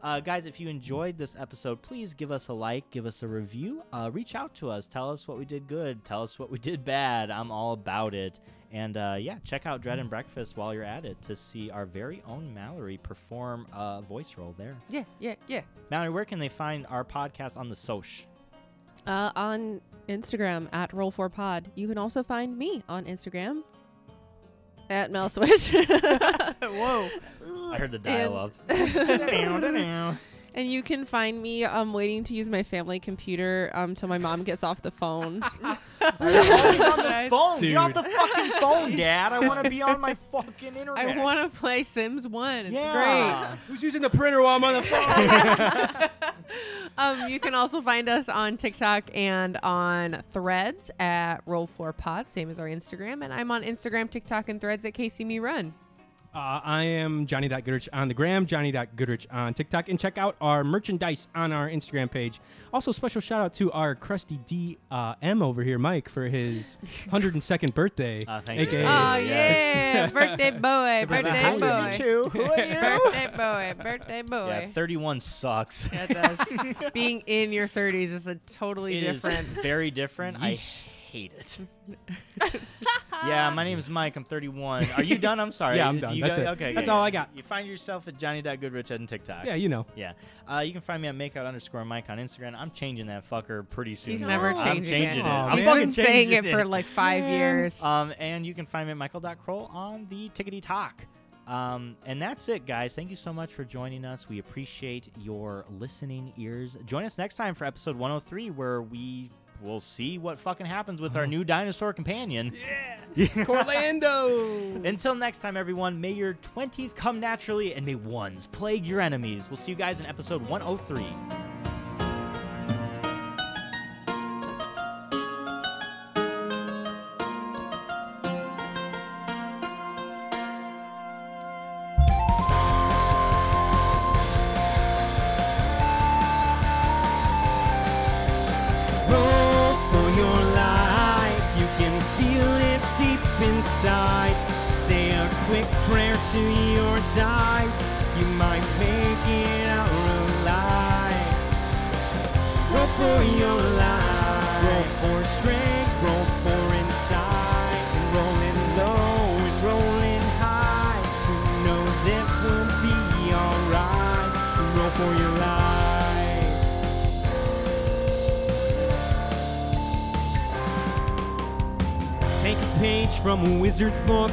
Uh, guys, if you enjoyed this episode, please give us a like, give us a review, uh, reach out to us, tell us what we did good, tell us what we did bad. I'm all about it. And uh, yeah, check out Dread and Breakfast while you're at it to see our very own Mallory perform a voice role there. yeah, yeah, yeah. Mallory, where can they find our podcast on the Soch? Uh, on Instagram at Roll4Pod. You can also find me on Instagram at MouseWish. Whoa. I heard the dial <laughs> up. <laughs> and you can find me um, waiting to use my family computer um, till my mom gets off the phone. phone. Dude. Get off the fucking phone, Dad. I want to be on <laughs> my fucking internet. I want to play Sims 1. It's Yeah. <laughs> Who's using the printer while I'm on the phone? great. <laughs> Um, you can also find us on TikTok and on Threads at Roll4Pod, same as our Instagram. And I'm on Instagram, TikTok, and Threads at KCMeRun. Uh, I am Johnny.Goodrich on the gram, Johnny.Goodrich on TikTok, and check out our merchandise on our Instagram page. Also, special shout out to our crusty D uh, M over here, Mike, for his 102nd <laughs> birthday. Uh, thank you. AKA, Oh, Hey, yeah. yes. birthday boy. Birthday boy. <laughs> Birthday boy. Birthday Yeah, boy. 31 sucks. That does. Being in your 30s is a <laughs> totally It is different. very different. I hate <laughs> it. yeah, my name is Mike. I'm 31. Are you done? I'm sorry. Yeah, I'm Do done. you That's got- it. Okay, That's yeah, all yeah. I got. You find yourself at Johnny.Goodrich on TikTok. Yeah, you <laughs> know. Yeah. Uh, you can find me at makeout underscore Mike on Instagram. I'm changing that fucker pretty soon. He's never I'm changing changing it. it. Aw, I'm man. fucking been saying changing it for like five years. Um, and you can find me at michael.kroll on the Tickety Talk. Um, and that's it, guys. Thank you so much for joining us. We appreciate your listening ears. Join us next time for episode 103, where we will see what fucking happens with Oh. our new dinosaur <laughs> companion. Orlando. Until next time, everyone, may your 20s come naturally and may ones plague your enemies. We'll see you guys in episode 103. roll for your life. You can feel it deep inside. Say a quick prayer to your dice. You might make it out alive. Roll for your life. Roll for strength. Roll for insight. And rolling low and rolling high. Who knows if we'll be alright? Roll for your life. Take a page from a wizard's book.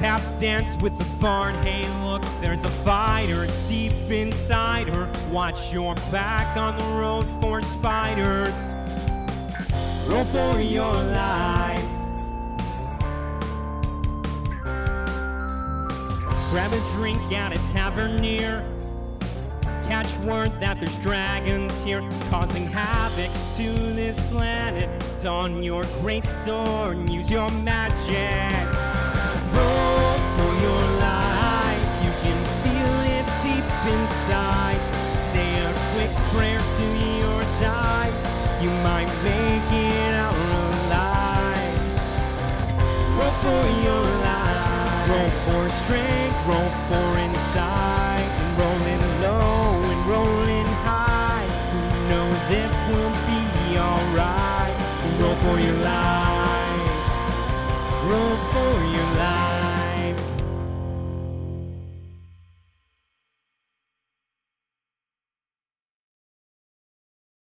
Tap dance with the barn. Hey, look, there's a fighter deep inside her. Watch your back on the road for spiders. Roll for your life. Grab a drink at a tavern near. Catch word that there's dragons here causing havoc to this planet. Don your great sword and use your magic. Roll for your side. Say a quick prayer to your dice. You might make it out alive. Roll for your life. Roll for strength. Roll for insight. And rolling low and rolling high. Who knows if we'll be alright? Roll for your life. Roll for your life.